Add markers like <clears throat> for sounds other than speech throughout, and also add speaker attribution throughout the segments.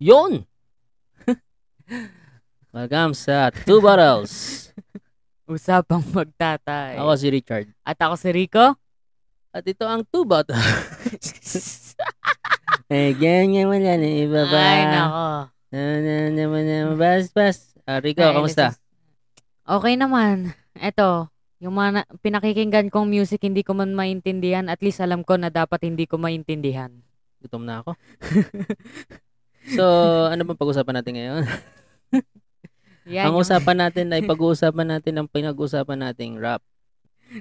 Speaker 1: Yon! <laughs> Welcome sa Two Bottles.
Speaker 2: Usapang magtatay.
Speaker 1: Ako si Richard.
Speaker 2: At ako si
Speaker 1: <laughs>
Speaker 2: Rico.
Speaker 1: At ito ang Two <laughs> Bottles. eh, ganyan wala na iba ba?
Speaker 2: Ay, nako.
Speaker 1: Na, na, na, na, na, bas, bas. Ah, Rico,
Speaker 2: Ay,
Speaker 1: kamusta?
Speaker 2: nasis- Okay naman. Eto, yung mga na- pinakikinggan kong music hindi ko man maintindihan, at least alam ko na dapat hindi ko maintindihan.
Speaker 1: Gutom na ako. <laughs> so, ano bang pag-usapan natin ngayon?
Speaker 2: Yan
Speaker 1: ang
Speaker 2: yung-
Speaker 1: usapan natin ay pag-uusapan natin ang pinag-usapan nating rap.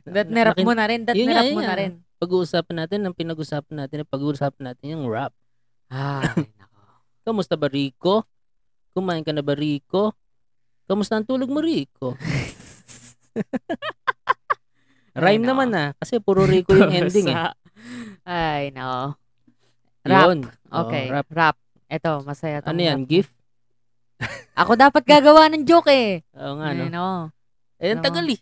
Speaker 2: that nirap
Speaker 1: Nakin-
Speaker 2: mo na rin, that
Speaker 1: Yun nga,
Speaker 2: nirap
Speaker 1: yun
Speaker 2: mo na
Speaker 1: nga.
Speaker 2: rin.
Speaker 1: Pag-uusapan natin ang pinag-usapan natin ay pag-uusapan natin yung rap. Ah, <laughs>
Speaker 2: Ay, nako.
Speaker 1: Kamusta ba Rico? Kumain ka na ba Rico? Kamusta ang tulog mo Rico? Rhyme
Speaker 2: Ay, nako.
Speaker 1: naman ah, kasi puro Rico
Speaker 2: <laughs>
Speaker 1: yung ending eh.
Speaker 2: Sa- Ay, nako. Rap.
Speaker 1: Yun. Oo,
Speaker 2: Okay,
Speaker 1: Oh, rap.
Speaker 2: rap. Eto, masaya tong
Speaker 1: Ano yan,
Speaker 2: rap.
Speaker 1: gift?
Speaker 2: Ako dapat gagawa ng joke eh.
Speaker 1: Oo nga no.
Speaker 2: Ay, no.
Speaker 1: Eh, ang
Speaker 2: Ano?
Speaker 1: tagal eh.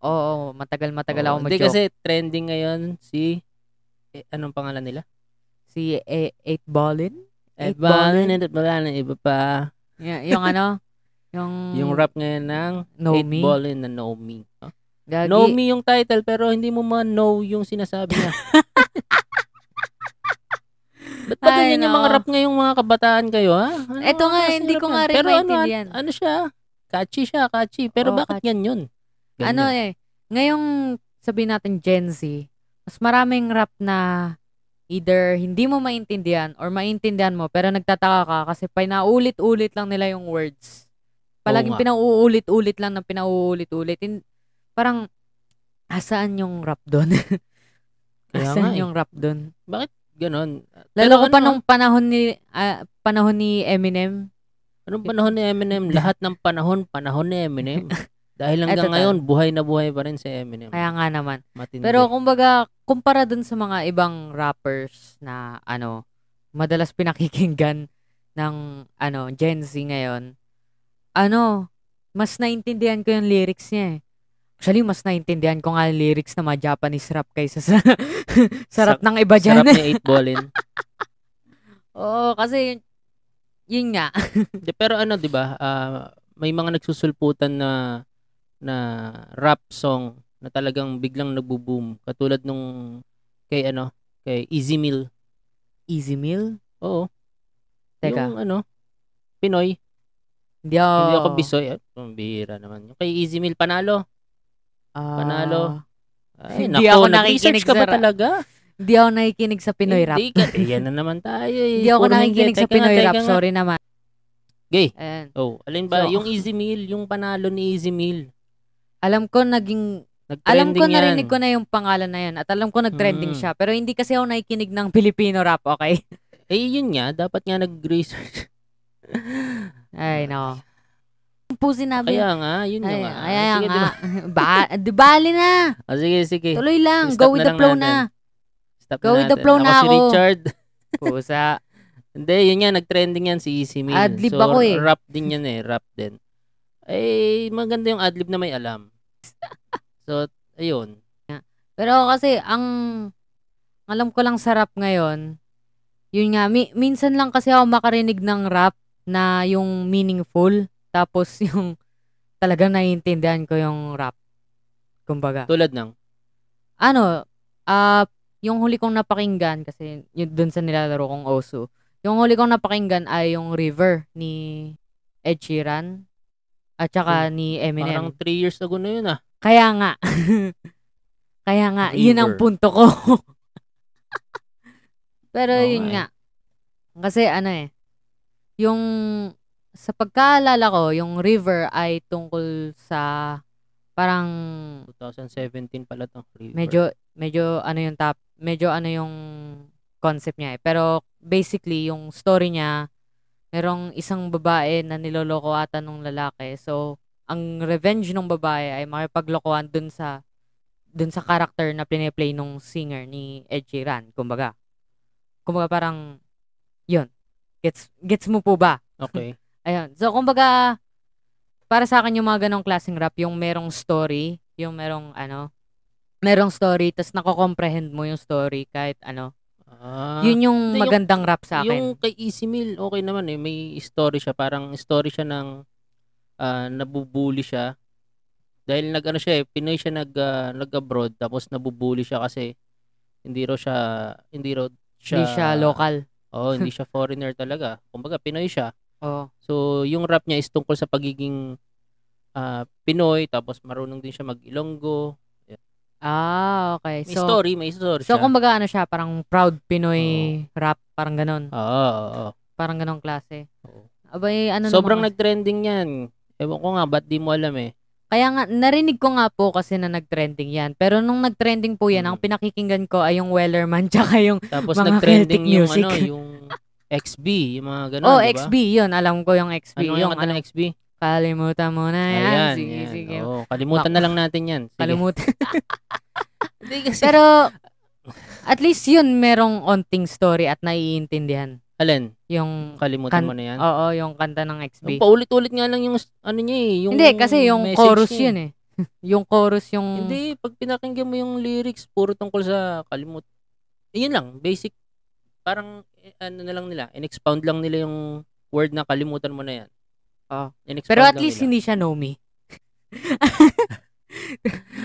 Speaker 2: Oo, matagal-matagal ako
Speaker 1: Oo, Oh, Hindi
Speaker 2: mag-joke.
Speaker 1: kasi trending ngayon si, eh, anong pangalan nila?
Speaker 2: Si e- Eight Ballin?
Speaker 1: At
Speaker 2: Eight
Speaker 1: bala
Speaker 2: Ballin.
Speaker 1: na, at bala na, iba pa.
Speaker 2: Y- yung
Speaker 1: <laughs>
Speaker 2: ano? Yung,
Speaker 1: Yung rap ngayon ng
Speaker 2: Know
Speaker 1: 8
Speaker 2: Me?
Speaker 1: Ballin na Know Me. Huh?
Speaker 2: Gagi.
Speaker 1: Know Me yung title pero hindi mo ma-know yung sinasabi
Speaker 2: <laughs>
Speaker 1: niya. Ba't ba
Speaker 2: Ay,
Speaker 1: ganyan yung mga
Speaker 2: nako.
Speaker 1: rap ngayong mga kabataan kayo, ha? Ano
Speaker 2: Eto
Speaker 1: mga
Speaker 2: nga, eh,
Speaker 1: klaseng
Speaker 2: hindi
Speaker 1: rap
Speaker 2: ko
Speaker 1: yan?
Speaker 2: nga rin
Speaker 1: Pero ano,
Speaker 2: maintindihan.
Speaker 1: ano siya? Catchy siya, catchy. Pero
Speaker 2: Oo,
Speaker 1: bakit
Speaker 2: catchy.
Speaker 1: ganyan yun? Ganyan.
Speaker 2: Ano eh, ngayong sabihin natin Gen Z, mas maraming rap na either hindi mo maintindihan or maintindihan mo pero nagtataka ka kasi pinaulit-ulit lang nila yung words.
Speaker 1: nga.
Speaker 2: Palaging pinauulit-ulit lang ng pinauulit-ulit. Hin- Parang, asaan yung rap <laughs> doon?
Speaker 1: Kaya nga
Speaker 2: asaan
Speaker 1: eh.
Speaker 2: yung rap doon?
Speaker 1: Ganon. Pero
Speaker 2: Lalo ko pa
Speaker 1: ano,
Speaker 2: nung panahon ni ah, panahon ni Eminem.
Speaker 1: Anong panahon ni Eminem? Lahat ng panahon, panahon ni
Speaker 2: <laughs>
Speaker 1: Eminem. Dahil hanggang
Speaker 2: Eto ta.
Speaker 1: ngayon, buhay na buhay pa rin si Eminem.
Speaker 2: Kaya nga naman.
Speaker 1: Matindi.
Speaker 2: Pero kumbaga, kumpara dun sa mga ibang rappers na ano, madalas pinakikinggan ng ano, Gen Z ngayon, ano, mas naintindihan ko yung lyrics niya eh. Actually, mas naintindihan ko nga yung lyrics ng mga Japanese rap kaysa sa <laughs> sarap ng iba
Speaker 1: sarap
Speaker 2: dyan. eh.
Speaker 1: ni 8 Ballin.
Speaker 2: Oo, kasi yun, yun nga.
Speaker 1: Di, pero ano, 'di ba? ah, may mga nagsusulputan na na rap song na talagang biglang nagbo-boom katulad nung kay ano, kay Easy Meal.
Speaker 2: Easy meal?
Speaker 1: Oo,
Speaker 2: Teka,
Speaker 1: yung ano, Pinoy.
Speaker 2: hindi ako,
Speaker 1: Hindi ako Bisoy. Eh, pambihira naman. Yung kay Easy Meal panalo.
Speaker 2: Ah,
Speaker 1: Panalo. Ay,
Speaker 2: Hindi
Speaker 1: nako,
Speaker 2: ako
Speaker 1: nag-research
Speaker 2: nakikinig
Speaker 1: ka ba
Speaker 2: sa rap.
Speaker 1: talaga?
Speaker 2: Hindi ako nakikinig sa Pinoy rap.
Speaker 1: Hindi ka. Eh, yan na naman tayo. eh.
Speaker 2: Hindi ako
Speaker 1: Puro hindi.
Speaker 2: nakikinig sa
Speaker 1: Teka nga,
Speaker 2: Pinoy
Speaker 1: teka
Speaker 2: rap.
Speaker 1: nga.
Speaker 2: Sorry naman.
Speaker 1: Gay.
Speaker 2: Ayan.
Speaker 1: Oh, alin ba?
Speaker 2: So-
Speaker 1: yung Easy Meal, yung panalo ni Easy Meal.
Speaker 2: Alam ko naging alam
Speaker 1: Nag-trending
Speaker 2: ko narinig
Speaker 1: yan.
Speaker 2: ko na yung pangalan na yun at alam ko nag-trending
Speaker 1: Mm.
Speaker 2: siya pero hindi kasi ako nakikinig ng Filipino rap,
Speaker 1: <laughs>
Speaker 2: okay?
Speaker 1: Eh, yun nga. Dapat nga nag-research.
Speaker 2: Ay, nako. Yung po sinabi.
Speaker 1: Kaya nga, yun
Speaker 2: Ay,
Speaker 1: yung nga. Ah,
Speaker 2: kaya
Speaker 1: sige,
Speaker 2: nga.
Speaker 1: di ba?
Speaker 2: <laughs> ba, di bali na.
Speaker 1: Ah, sige, sige.
Speaker 2: Tuloy lang.
Speaker 1: Stop
Speaker 2: Go
Speaker 1: na
Speaker 2: with the
Speaker 1: lang
Speaker 2: flow
Speaker 1: natin.
Speaker 2: na.
Speaker 1: Stop
Speaker 2: Go
Speaker 1: na
Speaker 2: with the
Speaker 1: natin.
Speaker 2: flow na
Speaker 1: si
Speaker 2: ako. <laughs>
Speaker 1: Richard.
Speaker 2: Pusa.
Speaker 1: Hindi, yun nga, nag-trending yan si Easy Meal.
Speaker 2: Adlib
Speaker 1: so,
Speaker 2: ako eh.
Speaker 1: rap din yan eh, rap din. Eh, maganda yung adlib na may alam.
Speaker 2: <laughs>
Speaker 1: So, ayun.
Speaker 2: Pero kasi ang ang alam ko lang sa rap ngayon, yun nga, mi- minsan lang kasi ako makarinig ng rap na yung meaningful, tapos <laughs> yung talagang naiintindihan ko yung rap. Kumbaga.
Speaker 1: Tulad ng,
Speaker 2: Ano, ah yung huli kong napakinggan, kasi yun dun sa nilalaro kong Osu, yung huli kong napakinggan ay yung River ni Ed Sheeran at saka ni
Speaker 1: Hmm. parang
Speaker 2: Eminem.
Speaker 1: 3 years ago na yun ah.
Speaker 2: Kaya nga. <laughs> Kaya nga, yun ang
Speaker 1: River.
Speaker 2: punto ko. <laughs> Pero
Speaker 1: Oo
Speaker 2: yun
Speaker 1: nga
Speaker 2: nga. Kasi ano eh, yung sa pagkaalala ko, yung river ay tungkol sa parang
Speaker 1: 2017 pala to. River.
Speaker 2: medyo medyo ano yung top, medyo ano yung concept niya eh. Pero basically yung story niya, merong isang babae na niloloko ata nung lalaki. So ang revenge ng babae ay makipaglokohan dun sa dun sa character na play nung singer ni Ed Sheeran, kumbaga. Kumbaga parang yun. Gets gets mo po ba?
Speaker 1: Okay.
Speaker 2: Ayun. So, kumbaga, para sa akin yung mga ganong klaseng rap, yung merong story, yung merong ano, merong story, tas nako-comprehend mo yung story kahit ano.
Speaker 1: Ah.
Speaker 2: Yun yung
Speaker 1: Hindi, yung-
Speaker 2: magandang rap sa akin.
Speaker 1: Yung kay Easy Meal, okay naman eh. May story siya. Parang story siya ng ah, nabubuli siya. Dahil nag ano siya eh, Pinoy siya nag, ah, nag-abroad tapos nabubuli siya kasi hindi raw siya, hindi raw siya,
Speaker 2: Hindi siya local.
Speaker 1: <laughs> Oo, hindi siya foreigner talaga. Kumbaga, Pinoy siya.
Speaker 2: Oo.
Speaker 1: So, yung rap niya is tungkol sa pagiging ah, Pinoy tapos marunong din siya mag-Ilonggo.
Speaker 2: Ah, okay.
Speaker 1: May
Speaker 2: so,
Speaker 1: story, may story
Speaker 2: so
Speaker 1: siya.
Speaker 2: kumbaga ano siya, parang proud Pinoy
Speaker 1: Oh.
Speaker 2: rap, parang ganon.
Speaker 1: Oo, oo, oo.
Speaker 2: Parang ganong klase.
Speaker 1: Oo.
Speaker 2: Abay, ano
Speaker 1: Sobrang
Speaker 2: naman,
Speaker 1: nag-trending yan. Ewan ko nga, ba't di mo alam eh.
Speaker 2: Kaya nga, narinig ko nga po kasi na nag-trending yan. Pero nung nag-trending po yan,
Speaker 1: Mm.
Speaker 2: ang pinakikinggan ko ay yung Wellerman tsaka yung...
Speaker 1: Tapos
Speaker 2: Mga
Speaker 1: nag-trending
Speaker 2: Celtic
Speaker 1: yung
Speaker 2: music.
Speaker 1: ano, yung XB, yung mga ganun,
Speaker 2: oh,
Speaker 1: di ba?
Speaker 2: XB, yun. Alam ko yung XB.
Speaker 1: Ano yung
Speaker 2: yung
Speaker 1: kanta ng XB?
Speaker 2: Kalimutan mo na yan.
Speaker 1: Ayan,
Speaker 2: sige,
Speaker 1: yan.
Speaker 2: sige.
Speaker 1: Oo, kalimutan
Speaker 2: Bak-
Speaker 1: na lang natin yan. Sige. <laughs>
Speaker 2: Kalimutan.
Speaker 1: Hindi kasi.
Speaker 2: Pero, at least yun, merong onting story at naiintindihan.
Speaker 1: Alin,
Speaker 2: Yung,
Speaker 1: kalimutan mo
Speaker 2: Kan-
Speaker 1: na yan.
Speaker 2: oo, yung kanta ng XB.
Speaker 1: Yung paulit-ulit nga lang yung, s- ano niya eh, yung
Speaker 2: Hindi, kasi yung
Speaker 1: message
Speaker 2: chorus
Speaker 1: niya
Speaker 2: yun eh. <laughs> Mm. yung chorus yung...
Speaker 1: Hindi, pag pinakinggan mo yung lyrics, puro tungkol sa kalimut. Yun lang, basic. Parang, eh, ano na lang nila, in-expound lang nila yung word na kalimutan mo na yan.
Speaker 2: Oo.
Speaker 1: In-expound
Speaker 2: Pero at
Speaker 1: lang
Speaker 2: least
Speaker 1: nila.
Speaker 2: hindi siya know me. <laughs>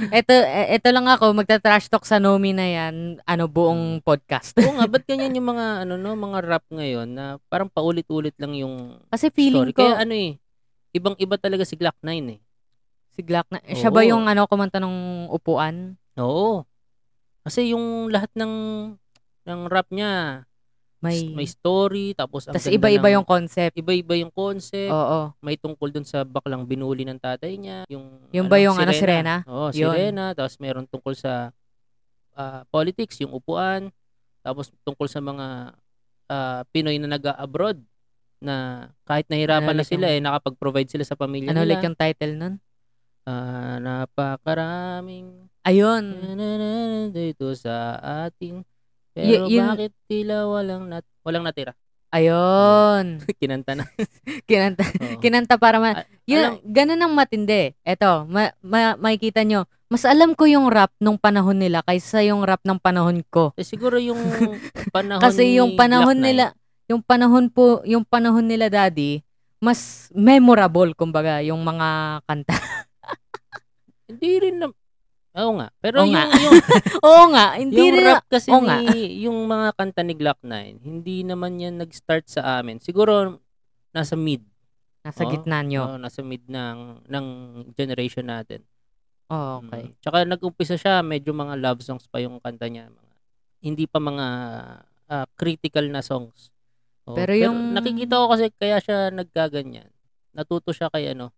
Speaker 2: ito, ito e, lang ako, magta-trash talk sa Nomi na yan, ano,
Speaker 1: Hmm.
Speaker 2: buong podcast. <laughs>
Speaker 1: Oo nga, ba't ganyan yung mga, ano no, mga rap ngayon na parang paulit-ulit lang yung
Speaker 2: Kasi feeling
Speaker 1: story.
Speaker 2: ko,
Speaker 1: Kaya ano eh, ibang-iba talaga si Glock 9 eh.
Speaker 2: si Glock na, siya ba
Speaker 1: Oo.
Speaker 2: yung ano, kumanta ng upuan?
Speaker 1: Oo. Kasi yung lahat ng ng rap niya,
Speaker 2: May,
Speaker 1: s- may story, tapos ang
Speaker 2: tas
Speaker 1: ganda
Speaker 2: iba-iba
Speaker 1: ng-
Speaker 2: yung concept.
Speaker 1: iba-iba yung concept,
Speaker 2: Oo.
Speaker 1: may tungkol dun sa baklang binuli ng tatay niya, yung
Speaker 2: Yung ba yung ano, sirena?
Speaker 1: Oo,
Speaker 2: Yun.
Speaker 1: sirena, tapos meron tungkol sa ah, politics, yung upuan, tapos tungkol sa mga ah, Pinoy na nag-abroad na kahit nahirapan na
Speaker 2: Ano ulit
Speaker 1: sila
Speaker 2: yung-
Speaker 1: eh nakapag-provide sila sa pamilya
Speaker 2: Ano
Speaker 1: nila.
Speaker 2: ulit yung title nun?
Speaker 1: Ah, napakaraming Mm.
Speaker 2: Ayun.
Speaker 1: nananana dito sa atin.
Speaker 2: Hmm. Y-
Speaker 1: Pero
Speaker 2: yun-
Speaker 1: bakit tila walang nat walang natira? <laughs>
Speaker 2: Ayun.
Speaker 1: Kinanta
Speaker 2: <laughs>
Speaker 1: na.
Speaker 2: Kinanta,
Speaker 1: Oo.
Speaker 2: kinanta para ma...
Speaker 1: A-
Speaker 2: Yun, ganun ang matindi. Eto, ma, ma, makikita nyo, mas alam ko yung rap nung panahon nila kaysa yung rap ng panahon ko.
Speaker 1: Eh, siguro
Speaker 2: <laughs>
Speaker 1: yung panahon
Speaker 2: Kasi
Speaker 1: ni
Speaker 2: yung panahon
Speaker 1: Black Knight,
Speaker 2: nila, yung panahon po, yung panahon nila daddy, mas memorable kumbaga yung mga kanta. <laughs>
Speaker 1: Hindi rin na... Oo nga. Pero
Speaker 2: Oo
Speaker 1: yung,
Speaker 2: nga.
Speaker 1: <laughs> yung,
Speaker 2: Oo nga, hindi
Speaker 1: yung
Speaker 2: rin.
Speaker 1: rap kasi
Speaker 2: oo
Speaker 1: ni,
Speaker 2: nga.
Speaker 1: yung mga kanta ni Glock 9, hindi naman yan nag-start sa amin. Siguro nasa mid.
Speaker 2: Nasa
Speaker 1: Oo.
Speaker 2: gitna nyo.
Speaker 1: Oo, nasa mid ng, ng generation natin.
Speaker 2: Oh, okay.
Speaker 1: Mm. Tsaka nag-umpisa siya, medyo mga love songs pa yung kanta niya. Mga, hindi pa mga ah, critical na songs. Oo.
Speaker 2: Pero yung-
Speaker 1: nakikita ko kasi kaya siya nagkaganyan. Natuto siya kay ano.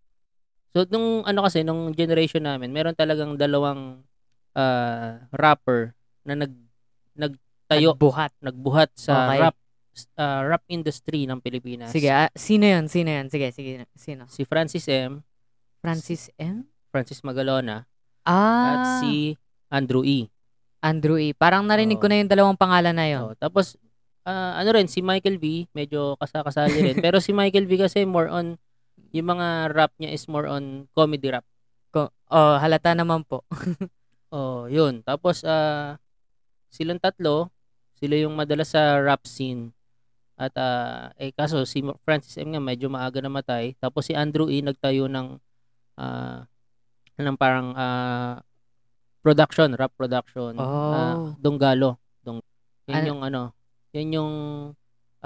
Speaker 1: So, nung ano kasi, nung generation namin, meron talagang dalawang ah, rapper na nag, nagtayo,
Speaker 2: Buhat.
Speaker 1: nagbuhat sa
Speaker 2: Okay.
Speaker 1: rap ah, rap industry ng Pilipinas.
Speaker 2: Sige, ah, sino yun? Sino yun? Sige, sige. Sino?
Speaker 1: Si Francis M,
Speaker 2: Francis M?
Speaker 1: Francis Magalona, at
Speaker 2: Ah,
Speaker 1: si Andrew E.
Speaker 2: Andrew E. Parang narinig ko
Speaker 1: Oo.
Speaker 2: na yung dalawang pangalan na
Speaker 1: Oh,
Speaker 2: yun.
Speaker 1: tapos ah, ano rin si Michael V, medyo kasakasali <laughs> rin. Pero si Michael V kasi more on yung mga rap niya is more on comedy rap.
Speaker 2: Ko- Oh, halata naman po.
Speaker 1: Oh, yun. Tapos ah, silang tatlo, sila yung madalas sa rap scene. At ah, eh kaso si Ma- Francis M nga medyo maaga namatay. Tapos si Andrew E nagtayo ng ah, ng parang ah, production, rap production.
Speaker 2: Oh.
Speaker 1: ah, Donggalo. Dong yan
Speaker 2: Ano-
Speaker 1: yung ano, yan yung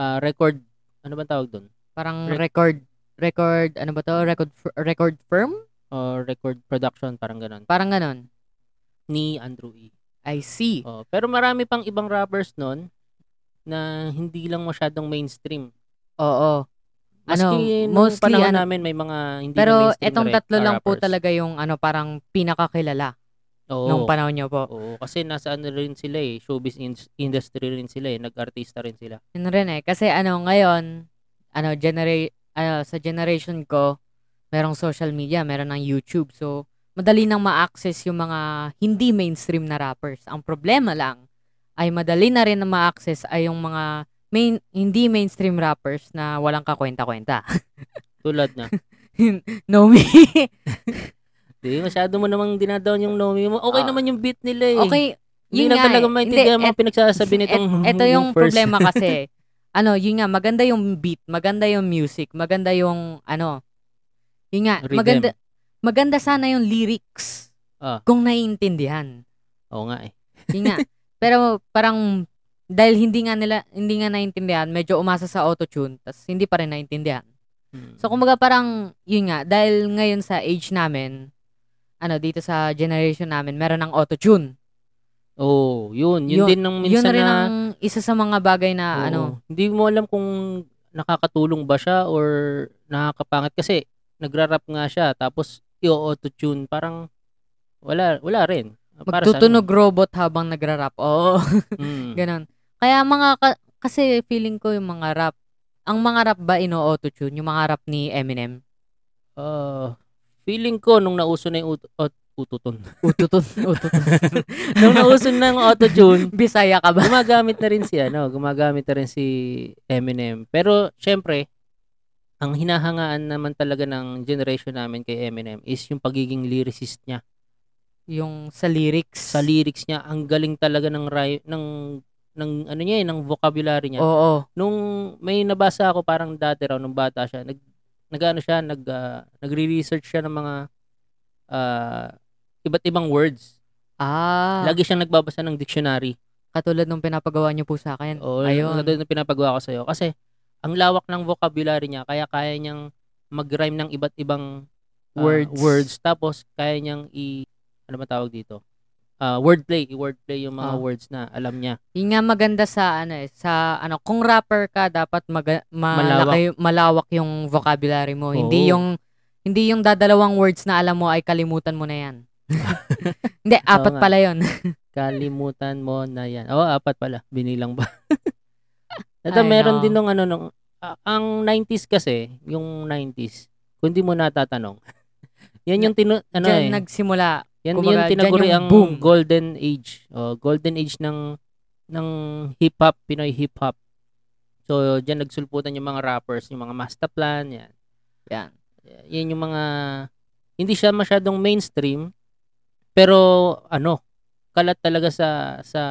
Speaker 1: ah, record ano bang tawag doon?
Speaker 2: Parang
Speaker 1: Rec-
Speaker 2: record record ano ba to? Record fir- record firm?
Speaker 1: Or Oh, record production parang ganun
Speaker 2: Parang ganon.
Speaker 1: ni Andrew E.
Speaker 2: I see.
Speaker 1: Oh, pero marami pang ibang rappers noon na hindi lang masyadong mainstream.
Speaker 2: Oo. Ano,
Speaker 1: Maski nung
Speaker 2: mostly
Speaker 1: panahon
Speaker 2: ano-
Speaker 1: namin may mga hindi na
Speaker 2: Pero
Speaker 1: mainstream na
Speaker 2: etong
Speaker 1: rap-
Speaker 2: tatlo lang po
Speaker 1: rappers.
Speaker 2: talaga yung ano parang pinakakilala
Speaker 1: Oo.
Speaker 2: nung panahon nyo po.
Speaker 1: Oo, kasi nasa ano rin sila eh, showbiz in- industry rin sila eh, nag-artista rin sila.
Speaker 2: Yun rin eh. Kasi ano ngayon, ano, genera- ano, sa generation ko, merong social media, meron ng YouTube. So, madali nang ma-access yung mga hindi mainstream na rappers. Ang problema lang ay madali na rin na ma-access ay yung mga main, hindi mainstream rappers na <laughs> walang kakwenta-kwenta.
Speaker 1: Tulad na,
Speaker 2: no me.
Speaker 1: Di, masyado mo namang dinadown yung Nomi mo. Okay
Speaker 2: Ah.
Speaker 1: naman yung beat nila eh.
Speaker 2: Okay,
Speaker 1: Hindi
Speaker 2: yun
Speaker 1: lang
Speaker 2: nga
Speaker 1: talaga
Speaker 2: eh. Hindi,
Speaker 1: maintindihan mga
Speaker 2: et-
Speaker 1: pinagsasabi nitong
Speaker 2: Et- eto yung
Speaker 1: first. <laughs>
Speaker 2: problema kasi. ano, yun nga, maganda yung beat, maganda yung music, maganda yung, ano, yun nga,
Speaker 1: Rhythm.
Speaker 2: maganda, maganda sana yung lyrics.
Speaker 1: Ah.
Speaker 2: Kung naiintindihan.
Speaker 1: Oo nga eh.
Speaker 2: Yun
Speaker 1: <laughs>
Speaker 2: nga. Pero parang, dahil hindi nga nila, hindi nga naiintindihan, medyo umasa sa autotune, tas hindi pa rin naiintindihan.
Speaker 1: Mm.
Speaker 2: So, kumbaga parang, yun nga, dahil ngayon sa age namin, ano, dito sa generation namin, meron ng autotune.
Speaker 1: Oo, yun. Yun,
Speaker 2: Yun-
Speaker 1: din ng
Speaker 2: Yun
Speaker 1: minsan
Speaker 2: na rin
Speaker 1: na...
Speaker 2: ang isa sa mga bagay na,
Speaker 1: Oo.
Speaker 2: ano,
Speaker 1: Hindi mo alam kung nakakatulong ba siya or nakakapangit kasi nagra-rap nga siya tapos i-auto-tune parang wala wala rin. Para sa
Speaker 2: Magtutunog robot habang nagra-rap. Oo,
Speaker 1: ano. Mm.
Speaker 2: <laughs> ganun. Kaya mga, ka- kasi feeling ko yung mga rap, ang mga rap ba ino-autotune? Yung mga rap ni Eminem?
Speaker 1: Ah, feeling ko nung nauso na yung ut- ut- ututun.
Speaker 2: <laughs> Ututun, ututun.
Speaker 1: <laughs> nung nauso na yung auto-tune,
Speaker 2: Bisaya ka ba?
Speaker 1: gumagamit na rin si ano, gumagamit na rin si Eminem. Pero syempre, ang hinahangaan naman talaga ng generation namin kay Eminem is yung pagiging lyricist niya.
Speaker 2: Yung sa lyrics.
Speaker 1: Sa lyrics niya, ang galing talaga ng ry- ng ng ano niya, eh, ng vocabulary niya.
Speaker 2: Oo.
Speaker 1: Nung may nabasa ako parang dati raw nung bata siya, nag nagano siya, nag ah, nagre-research siya ng mga ah, iba't ibang words.
Speaker 2: Ah,
Speaker 1: Lagi siyang nagbabasa ng dictionary.
Speaker 2: katulad nung pinapagawa niyo po sa akin.
Speaker 1: Oo, Ayun.
Speaker 2: Ayun.
Speaker 1: Doon na pinapagawa ko sa'yo. Kasi, ang lawak ng vocabulary niya, kaya kaya niyang mag-rhyme ng iba't ibang ah,
Speaker 2: Words.
Speaker 1: words. Tapos, kaya niyang i... Ano ba tawag dito? Ah, wordplay. I-wordplay yung mga
Speaker 2: Ah.
Speaker 1: words na alam niya.
Speaker 2: Yun nga maganda sa ano eh, sa ano, kung rapper ka dapat maga- malaki, malawak. yung vocabulary mo.
Speaker 1: Oo.
Speaker 2: Hindi yung hindi yung dadalawang words na alam mo ay kalimutan mo na
Speaker 1: <laughs>
Speaker 2: yan. hindi, apat
Speaker 1: nga.
Speaker 2: pala yon.
Speaker 1: Kalimutan mo na yan. Oo, apat pala. Binilang ba? <laughs> Ito,
Speaker 2: Ay,
Speaker 1: meron
Speaker 2: no.
Speaker 1: din nung ano nung... ah, ang 90s kasi, yung 90s, kung di mo natatanong, <laughs> yan yung tinu- ano
Speaker 2: Diyan
Speaker 1: eh.
Speaker 2: nagsimula.
Speaker 1: Yan
Speaker 2: Kumbaga,
Speaker 1: yung tinaguri
Speaker 2: dyan yung
Speaker 1: ang
Speaker 2: boom.
Speaker 1: golden age. O, golden age ng ng hip hop, Pinoy hip hop. So diyan nagsulputan yung mga rappers, yung mga masterplan, yan.
Speaker 2: Yan.
Speaker 1: Yan yung mga hindi siya masyadong mainstream pero ano, kalat talaga sa sa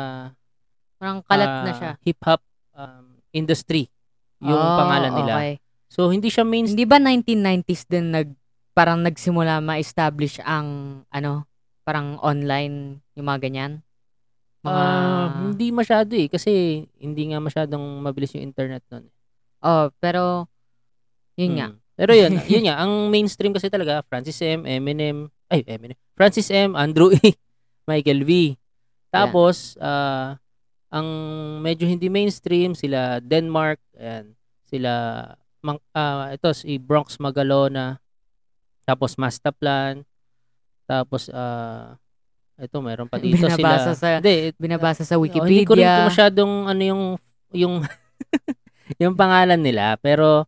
Speaker 2: Parang kalat na
Speaker 1: ah,
Speaker 2: siya.
Speaker 1: Hip hop um, industry yung
Speaker 2: Oh,
Speaker 1: pangalan nila.
Speaker 2: okay.
Speaker 1: So hindi siya mainstream.
Speaker 2: Hindi ba 1990s din nag parang nagsimula ma-establish ang ano, parang online yung mga ganyan? Mga
Speaker 1: Ah, hindi masyado eh kasi hindi nga masyadong mabilis yung internet noon.
Speaker 2: Oh, pero yun nga.
Speaker 1: Mm. Pero yun, <laughs> yun nga, ang mainstream kasi talaga, Francis M, Eminem, ay, Eminem, Francis M, Andrew E, <laughs> Michael V. Tapos, ah, ang medyo hindi mainstream, sila Denmark, and sila, mang, ah, ito, si Bronx Magalona, tapos Mastaplan, tapos, ah, ito, meron pa dito sila.
Speaker 2: Binabasa sa-
Speaker 1: Hindi,
Speaker 2: Binabasa sa
Speaker 1: Oh, hindi ko rin
Speaker 2: Wikipedia.
Speaker 1: masyadong ano yung yung <laughs> yung pangalan nila pero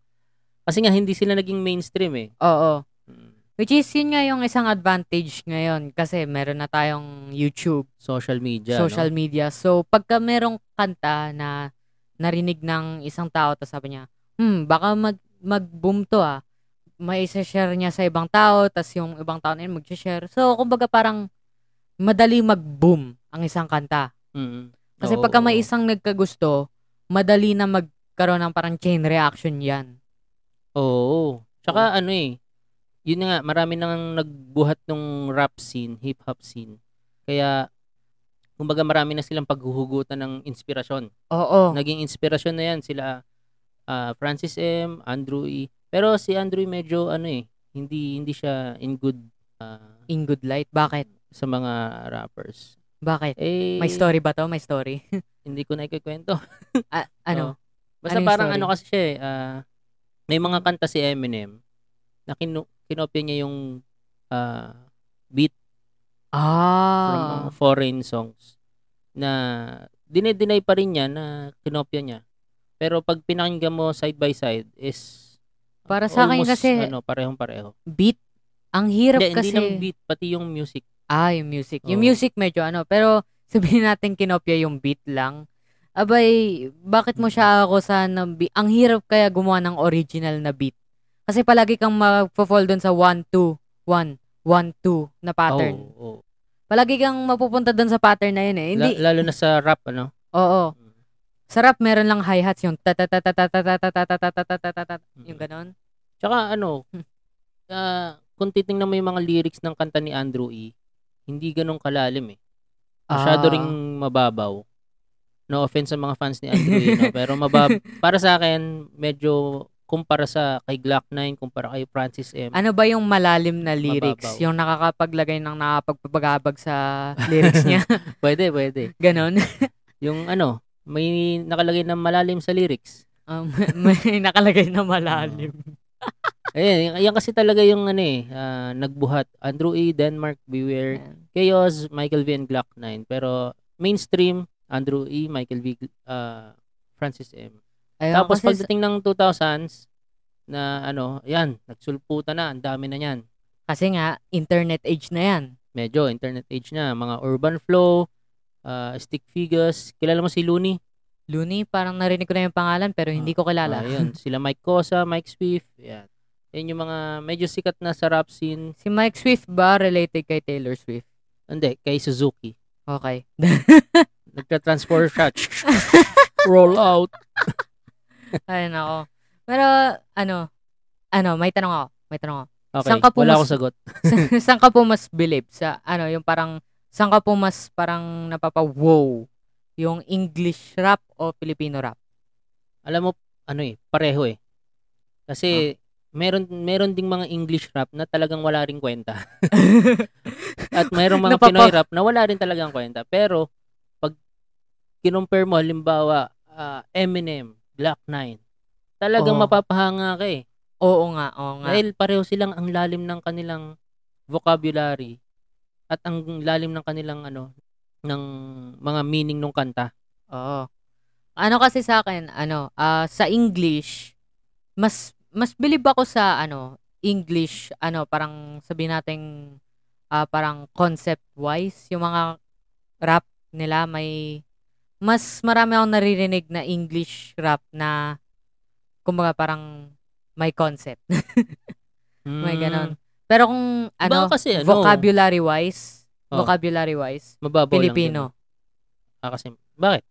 Speaker 1: kasi nga hindi sila naging mainstream eh.
Speaker 2: Oo.
Speaker 1: Mm,
Speaker 2: Which is yun nga yung isang advantage ngayon kasi meron na tayong YouTube,
Speaker 1: Social media.
Speaker 2: social
Speaker 1: no?
Speaker 2: media. So pagka merong kanta na narinig ng isang tao tapos sabi niya, "Hmm, baka mag mag-boom to ah." May share niya sa ibang tao tapos yung ibang tao na yun mag-share. So kumbaga parang madali mag-boom ang isang kanta.
Speaker 1: Mm,
Speaker 2: Kasi
Speaker 1: oo,
Speaker 2: pagka may
Speaker 1: oo.
Speaker 2: isang nagkagusto, madali na magkaroon ng parang chain reaction yan.
Speaker 1: Oo. Tsaka ano eh, yun na nga, marami nang nagbuhat ng rap scene, hip-hop scene. Kaya, kumbaga marami na silang paghuhugutan ng inspirasyon.
Speaker 2: Oo.
Speaker 1: Naging inspirasyon na yan sila ah, Francis M, Andrew E. Pero si Andrew E medyo ano eh, hindi hindi siya in good ah,
Speaker 2: In good light. Bakit?
Speaker 1: sa mga rappers.
Speaker 2: Bakit?
Speaker 1: Eh,
Speaker 2: May story ba to? May story?
Speaker 1: Hindi ko na ikikwento.
Speaker 2: Ah, ano?
Speaker 1: <laughs> Basta
Speaker 2: Ano yung
Speaker 1: parang
Speaker 2: story?
Speaker 1: ano kasi siya eh, ah, may mga kanta si Eminem na kinu- kinopya niya yung ah, beat from
Speaker 2: Ah.
Speaker 1: mga foreign songs na dinedenay pa rin niya na kinopya niya. Pero pag pinakinggan mo side by side is
Speaker 2: Para sa akin
Speaker 1: almost,
Speaker 2: kasi-
Speaker 1: ano, parehong pareho.
Speaker 2: beat? Ang hirap
Speaker 1: Hindi,
Speaker 2: kasi.
Speaker 1: hindi lang beat, pati yung music.
Speaker 2: Ah, yung music. Yung
Speaker 1: Oo.
Speaker 2: music medyo ano. Pero sabihin natin kinopya yung beat lang. Abay, bakit mo siya ako sa nabi? Ang hirap kaya gumawa ng original na beat. Kasi palagi kang mag-fall dun sa 1, 2, 1, 1, 1-2 na pattern.
Speaker 1: Oo, oo.
Speaker 2: Palagi kang mapupunta doon sa pattern na yun eh. Hindi,
Speaker 1: La- lalo na sa rap, ano?
Speaker 2: oo.
Speaker 1: Mm.
Speaker 2: Sarap, meron lang hi-hats yung ta ta ta ta ta ta ta ta ta ta ta ta ta ta
Speaker 1: Mm.
Speaker 2: yung ganon.
Speaker 1: Tsaka ano,
Speaker 2: Hmm.
Speaker 1: ah, kung titingnan mo yung mga lyrics ng kanta ni Andrew E, hindi ganun kalalim eh. Masyado
Speaker 2: Ah.
Speaker 1: ring mababaw. No offense sa mga fans ni Andrew E, no?
Speaker 2: <laughs>
Speaker 1: pero mabab para sa akin, medyo kumpara sa kay Glock 9, kumpara kay Francis M.
Speaker 2: Ano ba yung malalim na lyrics?
Speaker 1: Mababaw.
Speaker 2: Yung nakakapaglagay ng nakapagpabagabag sa <laughs> lyrics
Speaker 1: <laughs>
Speaker 2: niya?
Speaker 1: Pwede, pwede.
Speaker 2: ganon.
Speaker 1: Yung ano, may nakalagay na malalim sa lyrics.
Speaker 2: Um, may nakalagay na malalim.
Speaker 1: Ah. Ayan, yan kasi talaga yung ano eh, ah, nagbuhat. Andrew E, Denmark, Beware,
Speaker 2: Ayan.
Speaker 1: Chaos, Michael V, and Glock 9. Pero mainstream, Andrew E, Michael V, ah, Francis M.
Speaker 2: Ayun,
Speaker 1: Tapos
Speaker 2: kasi sa-
Speaker 1: pagdating ng 2000s, na ano, yan, nagsulputan na, ang dami na yan.
Speaker 2: Kasi nga, internet age na yan.
Speaker 1: Medyo internet age na, mga urban flow, ah, stick figures. Kilala mo si Looney?
Speaker 2: Looney, parang narinig ko na yung pangalan pero hindi ko
Speaker 1: Ah,
Speaker 2: kilala.
Speaker 1: yun, sila Mike Cosa, Mike Swift, yan. Yan yung mga medyo sikat na sa rap scene.
Speaker 2: si Mike Swift ba related kay Taylor Swift?
Speaker 1: Hindi, kay Suzuki.
Speaker 2: Okay. <laughs>
Speaker 1: Nagka-transfer siya. Roll out.
Speaker 2: Ayun ako. Pero, ano, ano, may tanong ako. May tanong ako.
Speaker 1: Okay,
Speaker 2: Saan ka
Speaker 1: wala
Speaker 2: pumas-
Speaker 1: akong sagot.
Speaker 2: Sa- <laughs> saan ka po mas believe? Sa, ano, yung parang, saan ka po mas parang napapa-wow? Yung English rap o Filipino rap? <laughs>
Speaker 1: alam mo, ano eh, pareho eh.
Speaker 2: Ah.
Speaker 1: Kasi, meron meron ding mga English rap na talagang wala rin kwenta. <laughs> At mayroong mga
Speaker 2: <laughs> Napapa-
Speaker 1: Pinoy rap na wala rin talagang kwenta. Pero, pag kinumpare mo, halimbawa, ah, Eminem, Black 9, talagang
Speaker 2: Oo.
Speaker 1: mapapahanga ka eh.
Speaker 2: Oo nga, oo nga.
Speaker 1: Dahil pareho silang ang lalim ng kanilang vocabulary at ang lalim ng kanilang ano, ng mga meaning ng kanta.
Speaker 2: Oo. Ano kasi sa akin, ano, ah, sa English, mas mas believe ako sa ano, English, ano, parang sabi nating ah, parang concept wise yung mga rap nila may mas marami akong naririnig na English rap na kumbaga parang may concept, <laughs> Hmm. may ganon. Pero kung ano,
Speaker 1: Baka Mm. kasi ano,
Speaker 2: vocabulary wise,
Speaker 1: Oh.
Speaker 2: vocabulary wise,
Speaker 1: mababaw lang din.
Speaker 2: Filipino.
Speaker 1: Ah, kasi, bakit?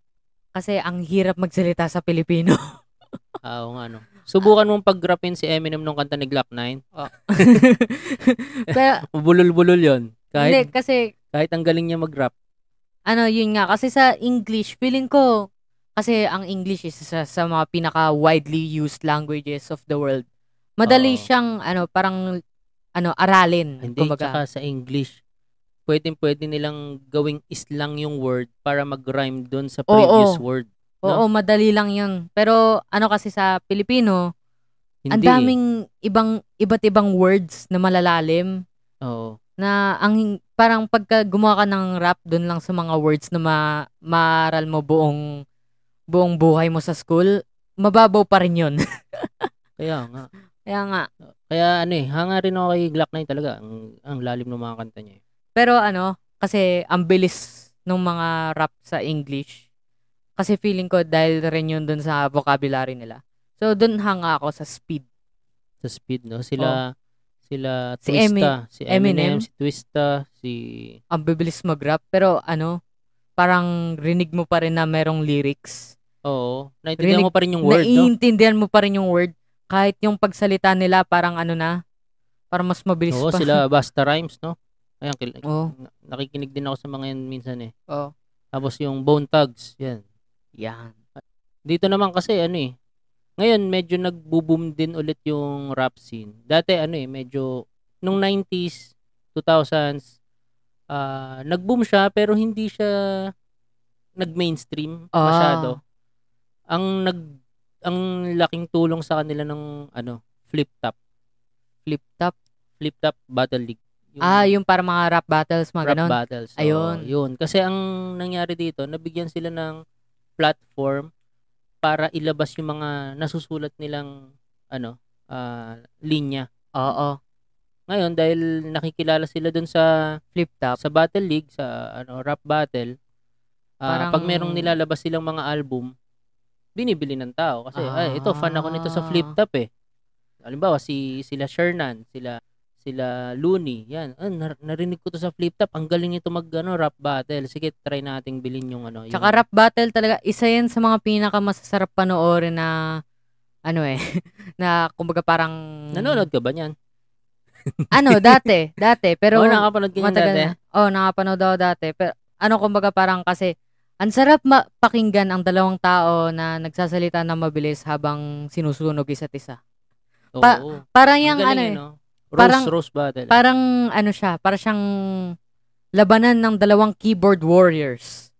Speaker 2: Kasi ang hirap magsalita sa Pilipino.
Speaker 1: Ah, Oo nga, no. Subukan mong pag-rapin si Eminem nung kanta ni Glock 9.
Speaker 2: Ah. <laughs> Pero,
Speaker 1: <laughs> Bulol-bulol yon.
Speaker 2: hindi,
Speaker 1: <laughs> Kahit,
Speaker 2: kasi,
Speaker 1: kahit ang galing niya mag-rap.
Speaker 2: ano, yun nga, kasi sa English, feeling ko, kasi ang English is isa sa mga pinaka-widely used languages of the world. Madali
Speaker 1: Oo.
Speaker 2: siyang, ano, parang, ano, aralin.
Speaker 1: Hindi,
Speaker 2: kumbaga.
Speaker 1: tsaka sa English, pwedeng-pwede nilang gawing islang yung word para mag-rhyme doon sa
Speaker 2: Oo.
Speaker 1: previous word.
Speaker 2: Oo, madali lang yun. Pero, ano kasi sa Pilipino,
Speaker 1: Hindi.
Speaker 2: ang
Speaker 1: eh.
Speaker 2: daming ibang, iba't ibang words na malalalim
Speaker 1: Oo.
Speaker 2: na ang parang pagka gumawa ka ng rap doon lang sa mga words na ma, maaral mo buong buong buhay mo sa school, mababaw pa rin yun. <laughs>
Speaker 1: Kaya nga.
Speaker 2: Kaya nga.
Speaker 1: Kaya ano eh, hanga rin ako kay Glock 9 talaga. Ang, ang lalim ng mga kanta niya. eh.
Speaker 2: Pero ano, kasi ang bilis ng mga rap sa English. Kasi feeling ko dahil rin yun dun sa vocabulary nila. So, dun hanga ako sa speed.
Speaker 1: Sa speed, no? Sila, sila
Speaker 2: Si
Speaker 1: Twista. si Eminem,
Speaker 2: Eminem.
Speaker 1: si Twista, si...
Speaker 2: Ang bibilis mag-rap. Pero ano, parang rinig mo pa rin na merong lyrics.
Speaker 1: Oo. Naintindihan
Speaker 2: Rinig-
Speaker 1: mo pa rin yung word, no?
Speaker 2: Naiintindihan mo pa rin yung word. Kahit yung pagsalita nila, parang ano na, parang mas mabilis
Speaker 1: Oo,
Speaker 2: pa. <laughs> Oh.
Speaker 1: sila Basta Rhymes, no? Ayan, kil-
Speaker 2: Oo.
Speaker 1: na- nakikinig din ako sa mga yan minsan eh.
Speaker 2: Oo.
Speaker 1: Tapos yung Bone Thugs, yan.
Speaker 2: Yan.
Speaker 1: Dito naman kasi ano eh, ngayon medyo nagbo-boom din ulit yung rap scene. Dati ano eh, medyo nung 90s, 2000s, ah nag-boom siya pero hindi siya nag-mainstream
Speaker 2: Ah.
Speaker 1: masyado. Ang nag ang laking tulong sa kanila ng ano, Flip Top,
Speaker 2: Flip top.
Speaker 1: Flip Top Battle League. Yung
Speaker 2: Ah, yung parang mga rap battles, mga
Speaker 1: rap
Speaker 2: ganon.
Speaker 1: battles. So,
Speaker 2: Ayun.
Speaker 1: Yun. Kasi ang nangyari dito, nabigyan sila ng platform para ilabas yung mga nasusulat nilang ano, ah, linya.
Speaker 2: Oo.
Speaker 1: Ngayon dahil nakikilala sila dun sa
Speaker 2: Flip top.
Speaker 1: sa Battle League, sa ano, rap battle, ah,
Speaker 2: Parang-
Speaker 1: pag merong nilalabas silang mga album, binibili ng tao kasi ay ito fan ako nito sa
Speaker 2: Ah.
Speaker 1: Flip Top eh. Halimbawa si sila Shernan, sila sila Looney. Yan. Ah, nar- narinig ko to sa flip top. Ang galing nito mag ano, rap battle. Sige, try nating bilhin yung ano. Yung,
Speaker 2: Tsaka rap battle talaga, isa yan sa mga pinaka masasarap panoorin na ano eh, <laughs> na kumbaga parang
Speaker 1: Nanonood ka ba niyan?
Speaker 2: <laughs> ano, dati, dati,
Speaker 1: Oo,
Speaker 2: pero
Speaker 1: nakapanood ka niyan
Speaker 2: matagal
Speaker 1: dati.
Speaker 2: na. Oh, nakapanood ako dati. Pero ano kumbaga parang kasi ang sarap ma- pakinggan ang dalawang tao na nagsasalita ng mabilis habang sinusunog isa't isa.
Speaker 1: Oo.
Speaker 2: Pa-
Speaker 1: oo.
Speaker 2: Parang
Speaker 1: Ang
Speaker 2: yung
Speaker 1: galing,
Speaker 2: ano eh,
Speaker 1: ano. Rose,
Speaker 2: Parang-
Speaker 1: Rose battle.
Speaker 2: parang ano siya, para siyang labanan ng dalawang keyboard warriors.